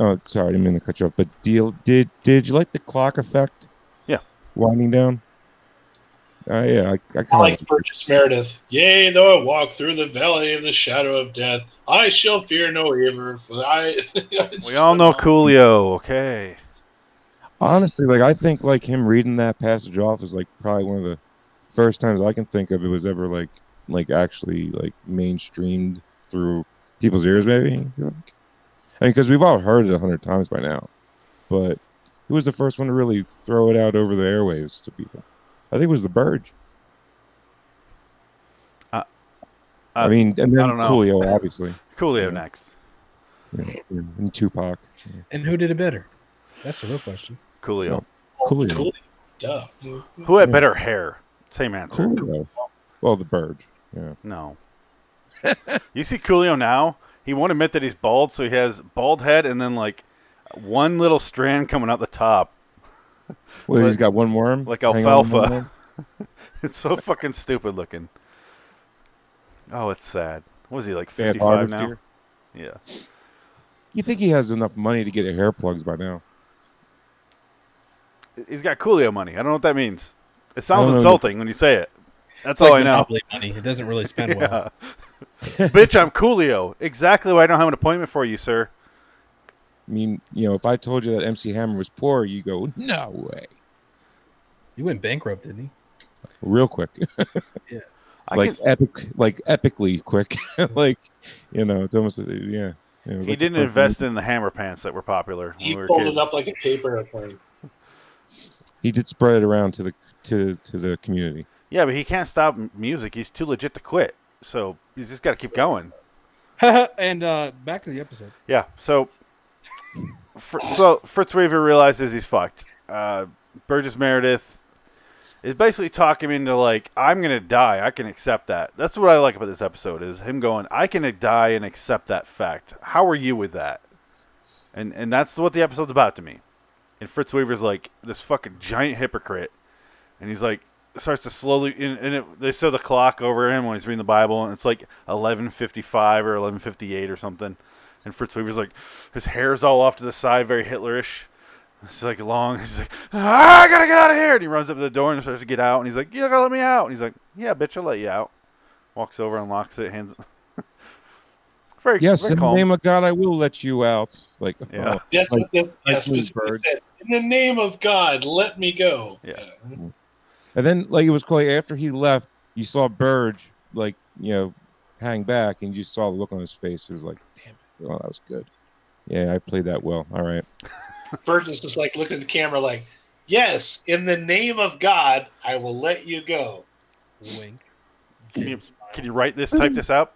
S4: oh, sorry, I didn't mean to cut you off. But deal, did did you like the clock effect?
S1: Yeah.
S4: winding down. Uh, yeah, I, I
S3: I
S4: kind
S3: like
S4: of.
S3: Burgess Meredith. Yea, though I walk through the valley of the shadow of death, I shall fear no evil. For I.
S1: We all know Coolio, okay?
S4: honestly, like I think like him reading that passage off is like probably one of the first times I can think of it was ever like like actually like mainstreamed through people's ears, maybe. Like, I mean, because we've all heard it a hundred times by now, but who was the first one to really throw it out over the airwaves to people? I think it was the Burge.
S1: Uh,
S4: I mean, and then
S1: I don't know.
S4: Coolio, obviously,
S1: Coolio
S4: Yeah.
S1: next.
S4: and Tupac.
S2: And who did it better? That's the real question.
S1: Coolio.
S4: Coolio,
S3: Coolio. Duh.
S1: Who had better hair? Same answer.
S4: Coolio. Well, the Burge. Yeah.
S1: No. you see Coolio now? He won't admit that he's bald, so he has bald head and then like one little strand coming out the top.
S4: Well, he's
S1: Like-
S4: got one worm.
S1: like
S4: hanging on one
S1: alfalfa.
S4: worm.
S1: It's so fucking stupid looking. Oh, it's sad. What is he like
S4: They had
S1: 55
S4: harvest
S1: now?
S4: here.
S1: Yeah.
S4: You think he has enough money to get hair plugs by now?
S1: He's got Coolio money. I don't know what that means. It
S4: I
S1: sounds
S4: don't know.
S1: insulting when you say it. That's
S2: It's like
S1: all Oh, I know.
S2: Monopoly Money. It doesn't really spend well.
S1: Yeah. Bitch, I'm Coolio. Exactly why I don't have an appointment for you, sir.
S4: I mean, you know, if I told you that MC Hammer was poor, you go, no way,
S2: He went bankrupt, didn't he?
S4: real quick,
S1: I
S4: like
S1: can-
S4: epic, like epically quick, like you know, it's almost uh, yeah. yeah, it was
S1: he
S4: like
S1: didn't
S4: a-
S1: invest in the hammer pants that were popular when
S3: He
S1: we were
S3: folded
S1: kids.
S3: up like a paper airplane.
S4: He did spread it around to the to to the community.
S1: yeah, but he can't stop m- music. He's too legit to quit. So he's just got to keep going.
S2: and uh, back to the episode.
S1: Yeah. So, fr- so Fritz Weaver realizes he's fucked. Uh, Burgess Meredith is basically talking him into like, I'm gonna die. I can accept that. That's what I like about this episode is him going, I can die and accept that fact. How are you with that? And and that's what the episode's about to me. And Fritz Weaver's like this fucking giant hypocrite, and he's like starts to slowly and, and it, they show the clock over him when he's reading the Bible, and it's like 11:55 or 11:58 or something. And Fritz Weaver's like, his hair's all off to the side, very Hitlerish. It's like long. He's like, ah, I gotta get out of here. And he runs up to the door and starts to get out. And he's like, you gotta let me out. And he's like, yeah, bitch, I'll let you out. Walks over, unlocks it, hands. very
S4: Yes,
S1: very
S4: in the
S1: calm.
S4: name of God, I will let you out. Like,
S1: Yeah.
S4: oh,
S3: That's
S4: Like-
S3: what this
S4: like
S3: that's specifically
S4: Bloomberg.
S3: said. In the name of God, let me go.
S1: Yeah.
S4: and then like it was cool. Like, after he left, you saw Burge like you know hang back, and you saw the look on his face. It was like, damn it, well that was good. Yeah, I played that well. All right.
S3: Burton's just Uh, like looking at the camera, like, "Yes, in the name of God, I will let you go."
S2: Wink.
S1: Can you, can you write this, type this out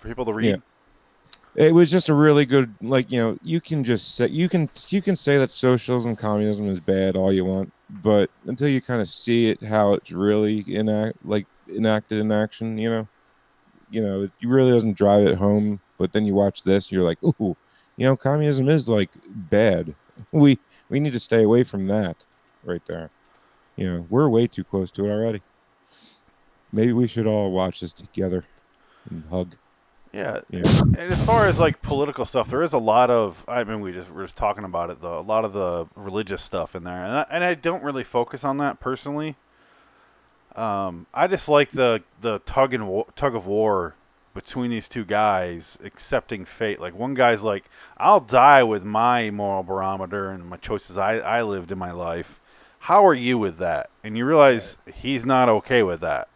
S1: for people to read?
S4: Yeah. it was just a really good like you know you can just say you can you can say that socialism communism is bad all you want but until you kind of see it how it's really enact like enacted in action you know you know it really doesn't drive it home but then you watch this you're like ooh you know communism is like bad we we need to stay away from that right there you know we're way too close to it already maybe we should all watch this together and hug
S1: Yeah.
S4: Yeah.
S1: And as far as like political stuff, there is a lot of. I mean, we just we we're just talking about it though. A lot of the religious stuff in there, and I, and I don't really focus on that personally. Um, I just like the the tug and wa- tug of war between these two guys accepting fate. Like one guy's like, "I'll die with my moral barometer and my choices I I lived in my life." How are you with that? And you realize he's not okay with that.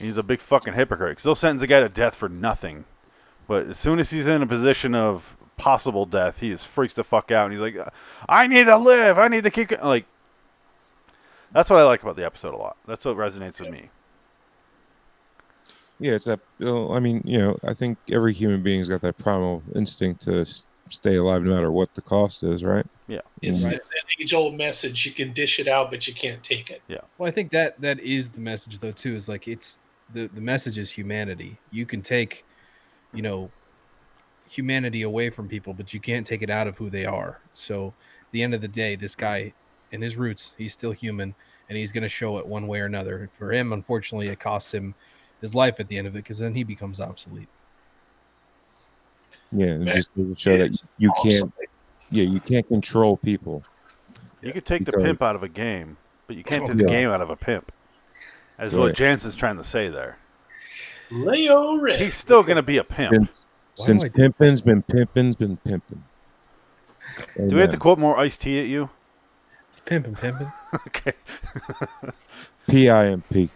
S1: He's a big fucking hypocrite because they'll sentence a guy to death for nothing. But as soon as he's in a position of possible death, he just freaks the fuck out and he's like, "I need to live. I need to keep go-" like." That's what I like about the episode a lot. That's what resonates with me.
S4: Yeah, it's that. well, I mean, you know, I think every human being's got that primal instinct to s- stay alive no matter what the cost is, right?
S3: It's,
S4: Right.
S3: it's that age-old message: you can dish it out, but you can't take it.
S2: Well, I think that that is the message though too. Is like it's the the message is humanity. You can take, you know, humanity away from people, but you can't take it out of who they are. So, at the end of the day, this guy, in his roots, he's still human, and he's going to show it one way or another. For him, unfortunately, it costs him his life at the end of it because then he becomes obsolete.
S4: Yeah, and
S3: That
S4: just to show that
S3: is
S4: you
S3: Awesome.
S4: can't. Yeah, you can't control people.
S1: You could take the
S4: Because-
S1: pimp out of a game, but you can't take the
S4: Oh, Yeah.
S1: game out of a pimp. As what
S4: Right.
S1: Jansen's trying to say there.
S3: Leo Rick.
S1: He's still gonna be a pimp.
S4: Since, since
S2: I do-
S4: pimpin's been pimpin's been pimpin.
S1: Do we have to quote more iced tea at you?
S2: It's pimping, pimping.
S1: okay.
S4: P I M P?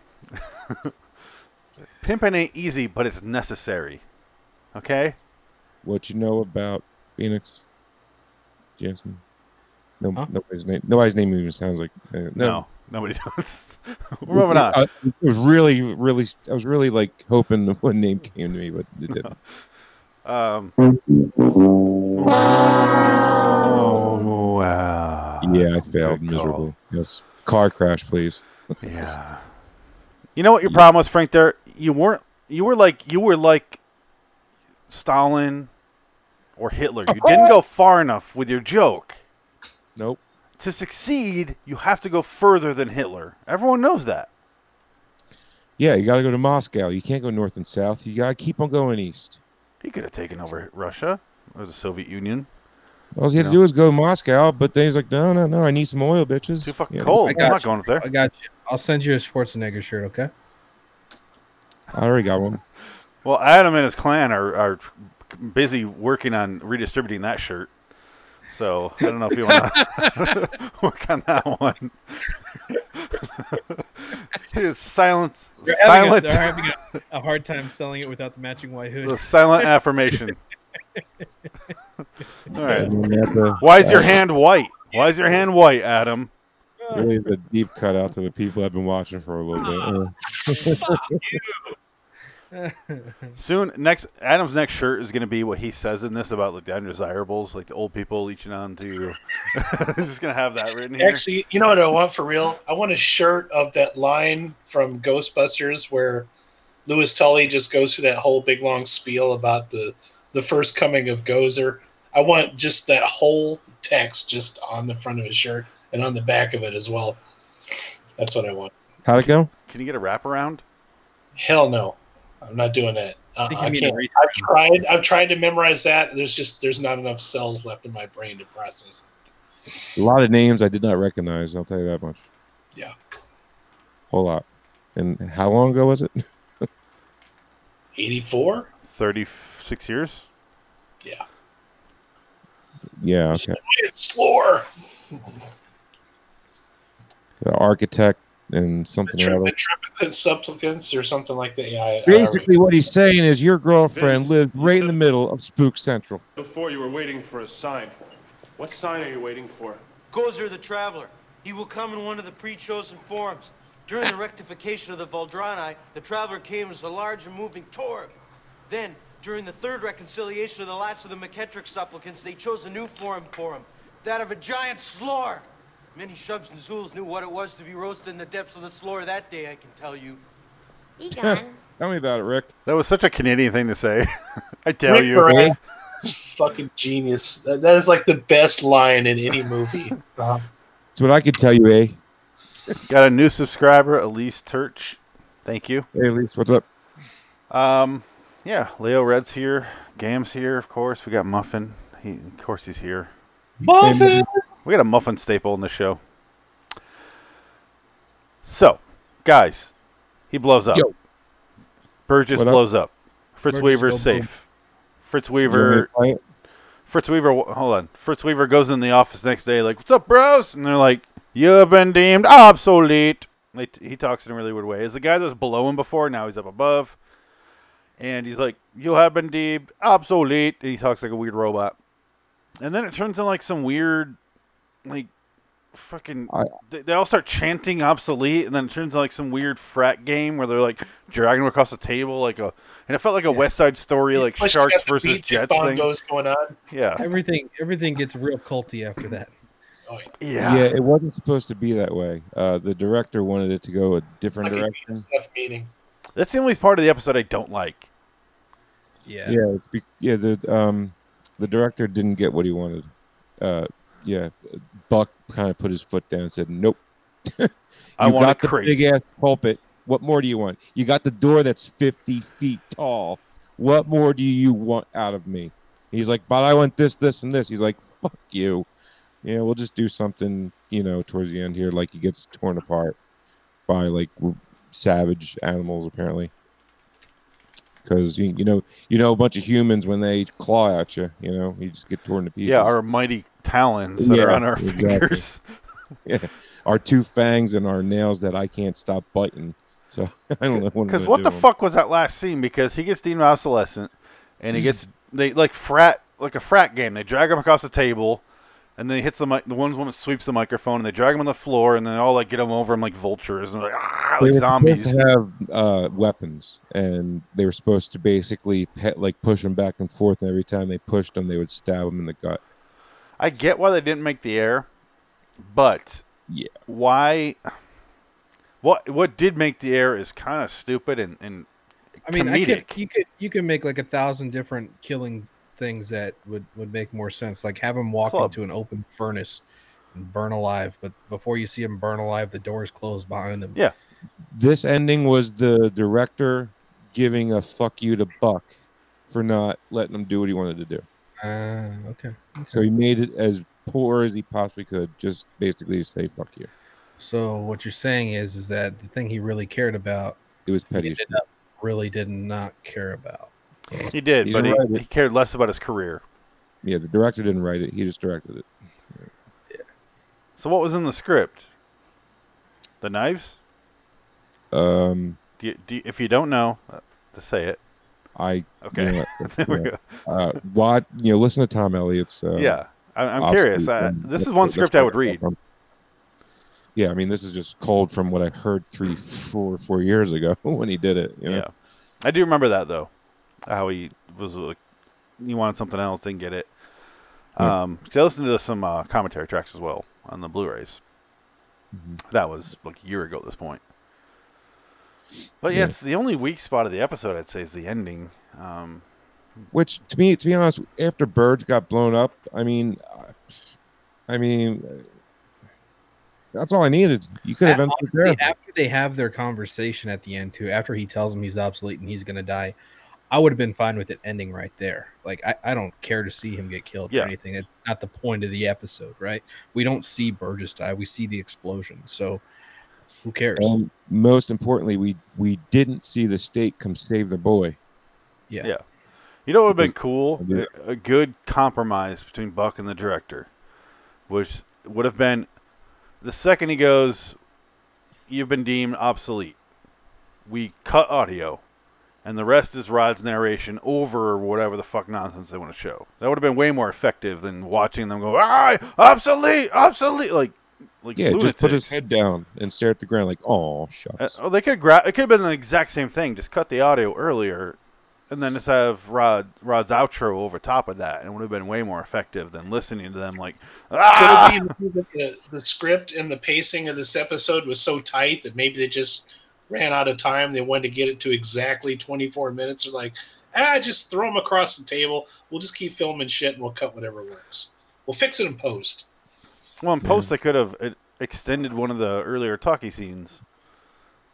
S1: Pimping ain't easy, but it's necessary. Okay?
S4: What you know about Phoenix, Jansen? No,
S2: Huh?
S4: nobody's name. Nobody's name even sounds like uh,
S1: No. Nobody does. We're moving on.
S4: I, it was really, really. I was really like hoping the one name came to me, but it didn't.
S1: Um, oh, wow.
S4: Yeah, I failed
S1: Good call.
S4: miserably. Yes. Car crash, please.
S1: Yeah. You know what your problem was, Frank? There, you weren't. You were like you were like Stalin or Hitler. You didn't go far enough with your joke.
S4: Nope.
S1: To succeed, you have to go further than Hitler. Everyone knows that.
S4: Yeah, you got to go to Moscow. You can't go north and south. You got to keep on going east.
S1: He could have taken over Russia or the Soviet Union.
S4: All you had to do was go to Moscow, but then he's like, no, no, no, I need some oil, bitches.
S1: Too fucking
S4: Yeah.
S1: cold.
S2: I
S1: I'm not
S2: got
S1: going up there.
S2: I got you. I'll send you a Schwarzenegger shirt, okay?
S4: I already got one.
S1: Well, Adam and his clan are, are busy working on redistributing that shirt. So I don't know if you want to work on that one. His silence,
S2: They're having, a,
S1: silent,
S2: they're having a, a hard time selling it without the matching white
S1: the
S2: hood.
S1: silent affirmation. All right.
S4: And then at the-
S1: Why is your hand white? Why is your hand white, Adam?
S4: Really, the deep cut out to the people I've been watching for a little bit. Uh,
S1: Soon, next Adam's next shirt is going to be what he says in this about like the undesirables, like the old people leeching on to. you. He's just going to have that written here.
S3: Actually, you know what I want for real? I want a shirt of that line from Ghostbusters where Lewis Tully just goes through that whole big long spiel about the the first coming of Gozer. I want just that whole text just on the front of his shirt and on the back of it as well. That's what I want.
S4: How'd it go?
S1: Can you get a wraparound?
S3: Hell no. I'm not doing that. Uh,
S2: think you
S3: I
S2: mean a
S3: can't.
S2: reach
S3: I've tried. I've tried to memorize that. There's just there's not enough cells left in my brain to process it.
S4: A lot of names I did not recognize. I'll tell you that much.
S3: Yeah.
S4: Whole lot. And how long ago was it?
S3: 84.
S1: 36 years?
S3: Yeah.
S4: yeah. Okay.
S3: It's lore.
S4: The architect and something or other.
S3: Triplet, triplet supplicants or something like that. Yeah. I- I don't
S4: Basically, what he's saying is your girlfriend lived right in the middle of Spook Central.
S10: Before you were waiting for a sign. What sign are you waiting for?
S11: Gozer the Traveler. He will come in one of the pre-chosen forms. During the rectification of the Valdrani, the Traveler came as a large and moving torb. Then, during the third reconciliation of the last of the McKettrick supplicants, they chose a new form for him, that of a giant slor. Many Shubs and Zuls knew what it was to be roasted in the depths of the slor that day, I can tell you.
S12: Egon,
S4: Tell me about it, Rick.
S1: That was such a Canadian thing to say. I tell
S3: Rick
S1: you.
S3: Moranis is fucking genius. That, that is like the best line in any movie.
S1: Uh-huh.
S4: That's what I could tell you, eh?
S1: Got a new subscriber, Elise Turch. Thank you.
S4: Hey, Elise, what's up?
S1: Um, yeah, Leo Red's here. Gam's here, of course. We got Muffin. He, of course, he's here.
S3: Muffin.
S1: We got a muffin staple in the show. So, guys, he blows up.
S4: Yo.
S1: Burgess
S4: What up?
S1: blows up. Fritz
S2: Burgess
S1: Weaver's
S2: go boom.
S1: safe. Fritz
S4: You want me to
S1: Weaver.
S4: play it?
S1: Fritz Weaver. Hold on. Fritz Weaver goes in the office next day, like, "What's up, bros?" And they're like, "You've been deemed obsolete." They t- he talks in a really weird way. Is the guy that was below him before? Now he's up above, and he's like, "You have been deemed obsolete." And he talks like a weird robot. And then it turns into like some weird, like, fucking.
S4: I-
S1: they, they all start chanting obsolete, and then it turns into like some weird frat game where they're like dragging him across the table, like a. And it felt like a West Side Story, like
S3: Plus you
S1: Sharks
S3: got the
S1: versus
S3: beat that
S1: Jets thing.
S3: Bongos going on.
S1: Yeah.
S2: Everything everything gets real culty after that.
S3: Oh, yeah.
S1: Yeah.
S4: Yeah. it wasn't supposed to be that way. Uh, the director wanted it to go a different
S3: Fucking
S4: direction.
S3: stuff meaning.
S1: That's the only part of the episode I don't like.
S2: Yeah.
S4: Yeah, it's be- yeah. The um, the director didn't get what he wanted. Uh, yeah, Buck kind of put his foot down and said, "Nope."
S1: I
S4: you
S1: want
S4: got
S1: it
S4: the
S1: crazy.
S4: big ass pulpit. What more do you want? You got the door that's fifty feet tall. What more do you want out of me? He's like, but I want this, this, and this. He's like, fuck you. Yeah, we'll just do something, you know, towards the end here. Like he gets torn apart by like w- savage animals, apparently. Because you, you know, you know, a bunch of humans when they claw at you, you know, you just get torn to pieces.
S1: Yeah, our mighty talons that are
S4: Yeah,
S1: on our
S4: exactly.
S1: fingers.
S4: our two fangs and our nails that I can't stop biting. So I don't know what I'm
S1: Because
S4: gonna
S1: what
S4: do
S1: the
S4: with 'em.
S1: fuck was that last scene? Because he gets deemed obsolescent, and he gets they like frat like a frat game. They drag him across the table, and then he hits the mic. The one woman sweeps the microphone, and they drag him on the floor, and then they all like get him over him like vultures and like ah,
S4: They
S1: like
S4: were supposed
S1: zombies.
S4: to have uh, weapons, and they were supposed to basically pet, like push them back and forth. And every time they pushed them, they would stab them in the gut.
S1: I get why they didn't make the air, but
S4: Yeah.
S1: why? What what did make the air is kind of stupid and and
S2: I mean, I could,
S1: comedic.
S2: you could you could make like a thousand different killing things that would would make more sense. Like have him walk
S1: Club.
S2: into an open furnace and burn alive, but before you see him burn alive, the door is closed behind him.
S1: Yeah.
S4: This ending was the director giving a fuck you to Buck for not letting him do what he wanted to do.
S2: Uh, okay.
S4: So he made it as poor as he possibly could, just basically to say fuck you.
S2: So what you're saying is is that the thing he really cared about
S4: It was
S2: he
S4: petty. as
S2: ended up really did not care about.
S1: He did,
S4: You're
S1: but he,
S4: right.
S1: he cared less about his career.
S4: shit. Yeah, the director didn't write it; he just directed it.
S1: So what was in the script? The knives.
S4: Um,
S1: Do you, do you- if you don't know, uh, to say it.
S4: I
S1: Okay.
S4: you know,
S1: there we go.
S4: uh, why you know listen to Tom Elliott's. Uh,
S1: yeah, I, I'm
S4: obsolete
S1: curious. I,
S4: and
S1: this is
S4: that's-
S1: one
S4: that's
S1: script
S4: where
S1: I would
S4: come
S1: read.
S4: from. Yeah, I mean, this is just cold from what I heard three, four, four years ago when he did it. You know?
S1: Yeah, I do remember that though. How he was like, he wanted something else, didn't get it.
S4: Yeah.
S1: Um, 'cause I listened to some uh, commentary tracks as well on the Blu-rays.
S4: Mm-hmm.
S1: That was like a year ago at this point. But yeah,
S4: Yeah.
S1: it's the only weak spot of the episode. I'd say is the ending. Um,
S4: Which, to me, to be honest, after Burge got blown up, I mean, uh, I mean, That's all I needed. You could have ended it there.
S2: Honestly, after they have their conversation at the end too, after he tells him he's obsolete and he's gonna die, I would have been fine with it ending right there. Like I, I don't care to see him get killed
S1: Yeah.
S2: or anything. It's not the point of the episode, right? We don't see Burgess die, we see the explosion. So who cares?
S4: And most importantly, we we didn't see the state come save the boy.
S2: yeah.
S1: Yeah. You know what would have been cool?
S4: Yeah.
S1: A good compromise between Buck and the director, which would have been the second he goes, You've been deemed obsolete. We cut audio, and the rest is Rod's narration over whatever the fuck nonsense they want to show. That would have been way more effective than watching them go, ah, obsolete, obsolete. Like, like
S4: Yeah, just put
S1: lunatics.
S4: his head down and stare at the ground like, oh, shucks.
S1: Uh, oh, they could grab. It could have been the exact same thing. Just cut the audio earlier, and then just have Rod Rod's outro over top of that, and it would have been way more effective than listening to them like. Ah!
S3: Could it be that the, the script and the pacing of this episode was so tight that maybe they just ran out of time? They wanted to get it to exactly 24 minutes. Or like, ah, just throw them across the table. We'll just keep filming shit and we'll cut whatever works. We'll fix it in post.
S1: Well, in post, they could have uh, extended one of the earlier talkie scenes.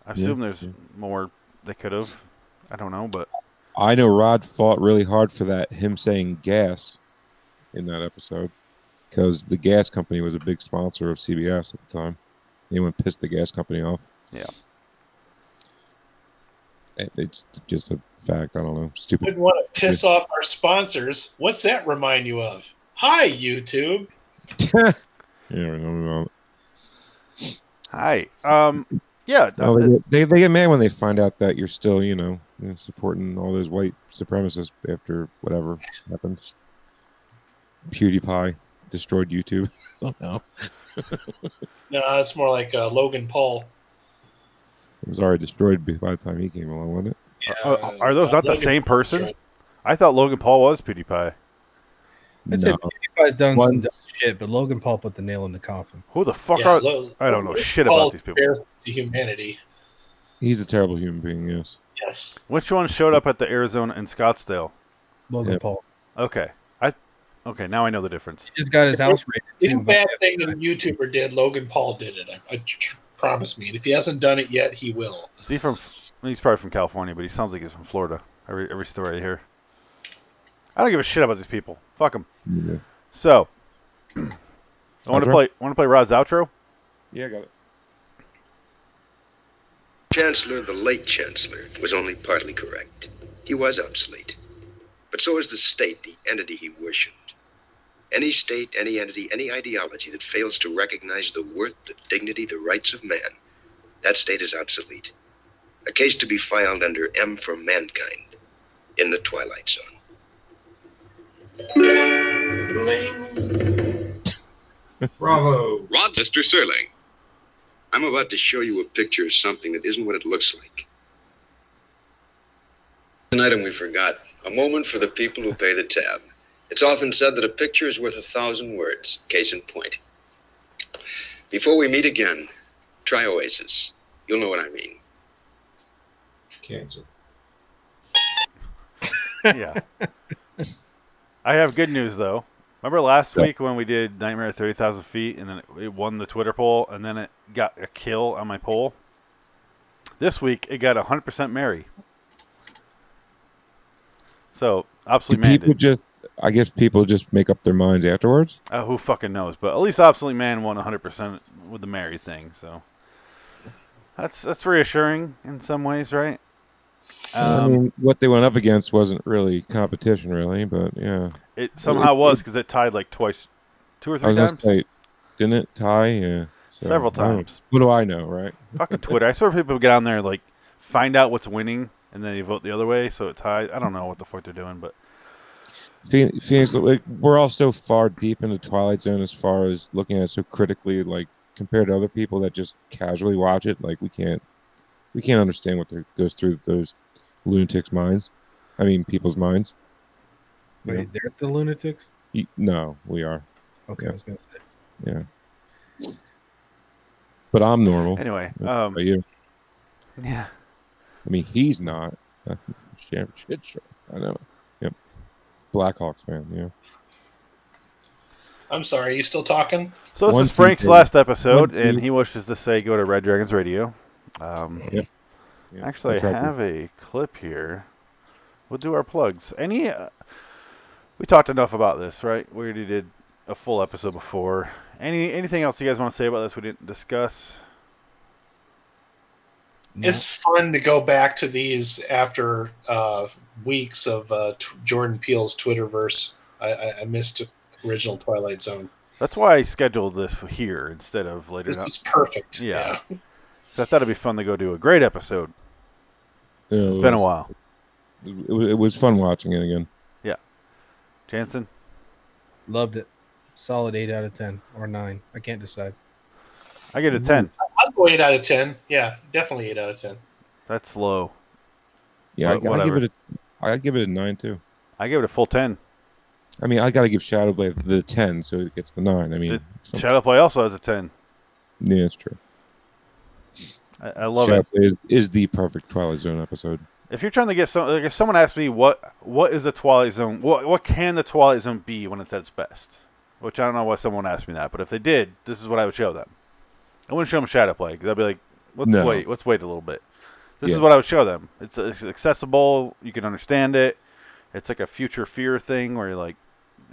S1: I
S4: Yeah.
S1: assume there's more they could have. I don't know, but
S4: I know Rod fought really hard for that, him saying gas in that episode, because the gas company was a big sponsor of CBS at the time. Anyone pissed the gas company off.
S1: yeah.
S4: It- It's just a fact. I don't know. Stupid.
S3: Wouldn't want to piss off our sponsors. What's that remind you of? Hi, YouTube.
S4: yeah, I don't know.
S1: Hi. Um. Yeah.
S4: No, they, get, they, they get mad when they find out that you're still, you know, you know, supporting all those white supremacists after whatever happens. PewDiePie destroyed YouTube. don't know.
S3: No, that's more like uh, Logan Paul.
S4: It was already destroyed by the time he came along, wasn't it?
S1: Are- uh, are, are those not the
S3: Logan
S1: same person?
S3: Paul's
S1: I thought Logan Paul was PewDiePie.
S2: I'd say
S4: No.
S2: PewDiePie's done
S4: One-
S2: some dumb shit, but Logan Paul put the nail in the coffin.
S1: Who the fuck
S3: Yeah,
S1: are?
S3: Lo-
S1: I don't know
S3: Logan
S1: shit about
S3: Paul's
S1: these people.
S3: bear To humanity.
S4: He's a terrible human being, yes.
S3: Yes.
S1: Which one showed up at the Arizona and Scottsdale?
S2: Logan
S4: Yep.
S2: Paul.
S1: Okay. I okay, now I know the difference.
S2: He just got his house raided.
S3: Any
S2: Too, by
S3: bad thing that a YouTuber did, Logan Paul did it. I, I tr- promise me. And if he hasn't done it yet, he will.
S1: Is he from he's probably from California, but he sounds like he's from Florida. Every every story I hear. I don't give a shit about these people. Fuck them.
S4: Yeah,
S1: So I want to
S4: Outro?
S1: play want to play Rod's outro?
S4: yeah got it.
S9: Chancellor, the late Chancellor, was only partly correct. He was obsolete. But so is the state, the entity he worshipped. Any state, any entity, any ideology that fails to recognize the worth, the dignity, the rights of man, that state is obsolete. A case to be filed under M for mankind in the Twilight Zone.
S12: Bravo.
S9: Rod, Mr. Serling. I'm about to show you a picture of something that isn't what it looks like. An item we forgot. A moment for the people who pay the tab. It's often said that a picture is worth a thousand words. Case in point. Before we meet again, try Oasis. You'll know what I mean.
S12: Cancer.
S1: Yeah. I have good news though. Remember last
S4: Yeah.
S1: week when we did Nightmare at 30,000 Feet and then it, it won the Twitter poll and then it got a kill on my poll? This week it got 100% Mary. So,
S4: Do
S1: obsolete man.
S4: people
S1: did.
S4: just, I guess people just make up their minds afterwards.
S1: Uh, who fucking knows? But at least Obsolete Man won 100% with the Mary thing, so that's that's reassuring in some ways, right?
S4: I
S1: Um,
S4: mean, what they went up against wasn't really competition, really, but yeah.
S1: it somehow was because it tied like twice, two or
S4: I
S1: three
S4: was going
S1: times,
S4: to say, didn't it tie? Yeah. so,
S1: several
S4: I don't-
S1: times.
S4: What do I know, right?
S1: Fucking Twitter! I saw people get on there like find out what's winning and then they vote the other way, so it ties. I don't know what the fuck they're doing, but
S4: Phoenix, Phoenix, like, we're all so far deep into Twilight Zone as far as looking at it so critically, like compared to other people that just casually watch it. Like we can't, we can't understand what there goes through those lunatics' minds. I mean, people's minds. You know,
S2: Wait, they're the lunatics?
S4: you- no, we are.
S2: Okay,
S4: Yeah.
S2: I was gonna say.
S4: Yeah, but I'm normal.
S1: anyway,
S4: How
S1: um,
S4: about you?
S1: yeah.
S4: I mean, he's not. Shit, shit, sure. I know. Yep. Blackhawks fan. Yeah.
S3: I'm sorry, you still talking?
S1: So this is Frank's last episode, and he wishes to say go to Red Dragons Radio. Um, Actually,
S4: That's
S1: I
S4: right.
S1: have a clip here. We'll do our plugs. Any? Uh, we talked enough about this, right? We already did a full episode before. Any anything else you guys want to say about this we didn't discuss?
S3: It's fun to go back to these after uh, weeks of uh, t- Jordan Peele's Twitterverse. I, I, I missed original Twilight Zone.
S1: That's why I scheduled this here instead of later.
S3: This
S1: on.
S3: is perfect,
S1: Yeah. so I thought it'd be fun to go do a great episode. It's been a while.
S4: It, wa- it was fun watching it again.
S1: Yeah. Jansen?
S2: Loved it. Solid 8 out of 10 or 9. I can't decide.
S1: I get a 10.
S3: I'd go eight out of ten. Yeah, definitely eight out of ten.
S1: That's low. Wha-
S4: Yeah, I, I give
S1: whatever.
S4: it a, I give it a nine too.
S1: I give it a full ten.
S4: I mean, I got to give Shadowblade the ten, so it gets the nine. I mean, some-
S1: Shadowplay also has a 10.
S4: yeah, it's true.
S1: I, I love it.
S4: Shadowblade is, is the perfect Twilight Zone episode.
S1: If you're trying to get some, like if someone asks me what what is the Twilight Zone, what what can the Twilight Zone be when it's at its best? Which I don't know why someone asked me that, but if they did, this is what I would show them. I wouldn't show them Shadowplay because I'd be like, let's
S4: No.
S1: wait, let's wait a little bit. This is
S4: Yeah.
S1: what I would show them. It's, it's accessible, you can understand it. It's like a future fear thing where you're like,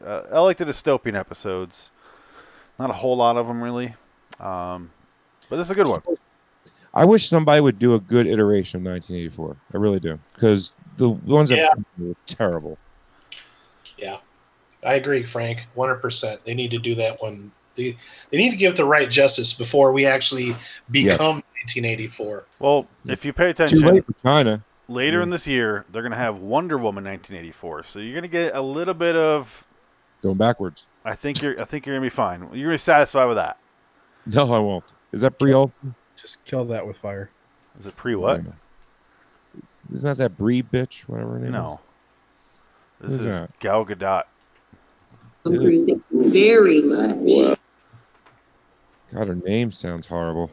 S1: uh, I like the dystopian episodes. Not a whole lot of them really, um, but this is a good one.
S4: I wish somebody would do a good iteration of 1984. I really do, because the the ones that were terrible.
S3: Yeah, I agree, Frank. One hundred percent. They need to do that one. They, they need to give the right justice before we actually become 1984.
S1: Well, if you pay attention,
S4: Too late for China.
S1: later
S4: Mm.
S1: in this year they're going to have wonder woman 1984 so you're going to get a little bit of
S4: Going backwards.
S1: i think you're i think you're going to be fine you're going to be satisfied with that
S4: No, I won't. Is that Brie Olson?
S2: Just kill that with fire.
S1: is it pre what
S4: Isn't that that Brie bitch? Whatever her name.
S1: no this
S4: Who's
S1: is
S4: that?
S1: gal gadot
S4: Is.
S13: Cruising very much.
S4: God, her name sounds horrible.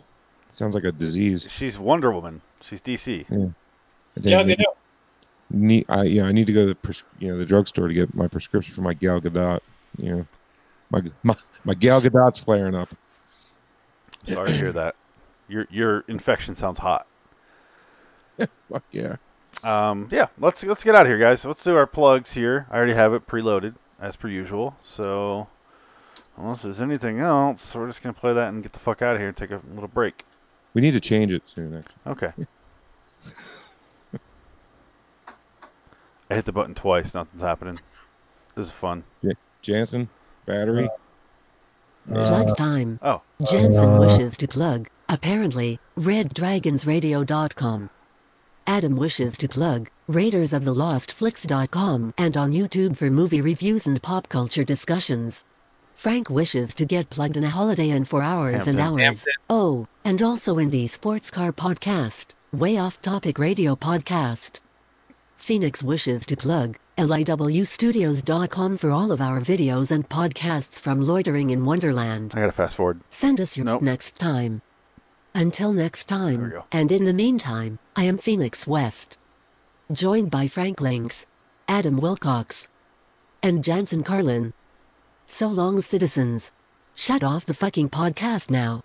S4: sounds like a disease.
S1: she's wonder woman she's dc
S4: Yeah. I think I Need, I yeah, I need to go to the pres- you know the drugstore to get my prescription for my Gal Gadot. You know, my my, my Gal Gadot's flaring up.
S1: sorry to hear that your your infection sounds hot
S4: Fuck yeah.
S1: um yeah let's let's get out of here guys let's do our plugs here i already have it preloaded as per usual so unless there's anything else we're just going to play that and get the fuck out of here and take a little break
S4: We need to change it soon. Actually.
S1: Okay. I hit the button twice. Nothing's happening. This is fun.
S4: J- Jansen, battery.
S14: Plug time.
S1: Oh.
S14: Jensen
S1: Uh.
S14: wishes to plug, apparently, reddragonsradio.com. Adam wishes to plug, Raiders of the Lost Flicks.com and on YouTube for movie reviews and pop culture discussions. Frank wishes to get plugged in a holiday in for hours
S15: Hampton.
S14: and hours.
S15: Hampton.
S14: Oh, and also in the Sports Car Podcast, Way Off Topic Radio Podcast. Phoenix wishes to plug liwstudios.com for all of our videos and podcasts from Loitering in Wonderland.
S1: I gotta fast forward.
S14: Send us your
S1: Nope.
S14: next time. Until next time, and in the meantime, I am Phoenix West. Joined by Frank Links, Adam Wilcox, and Jansen Carlin. So long, citizens. Shut off the fucking podcast now.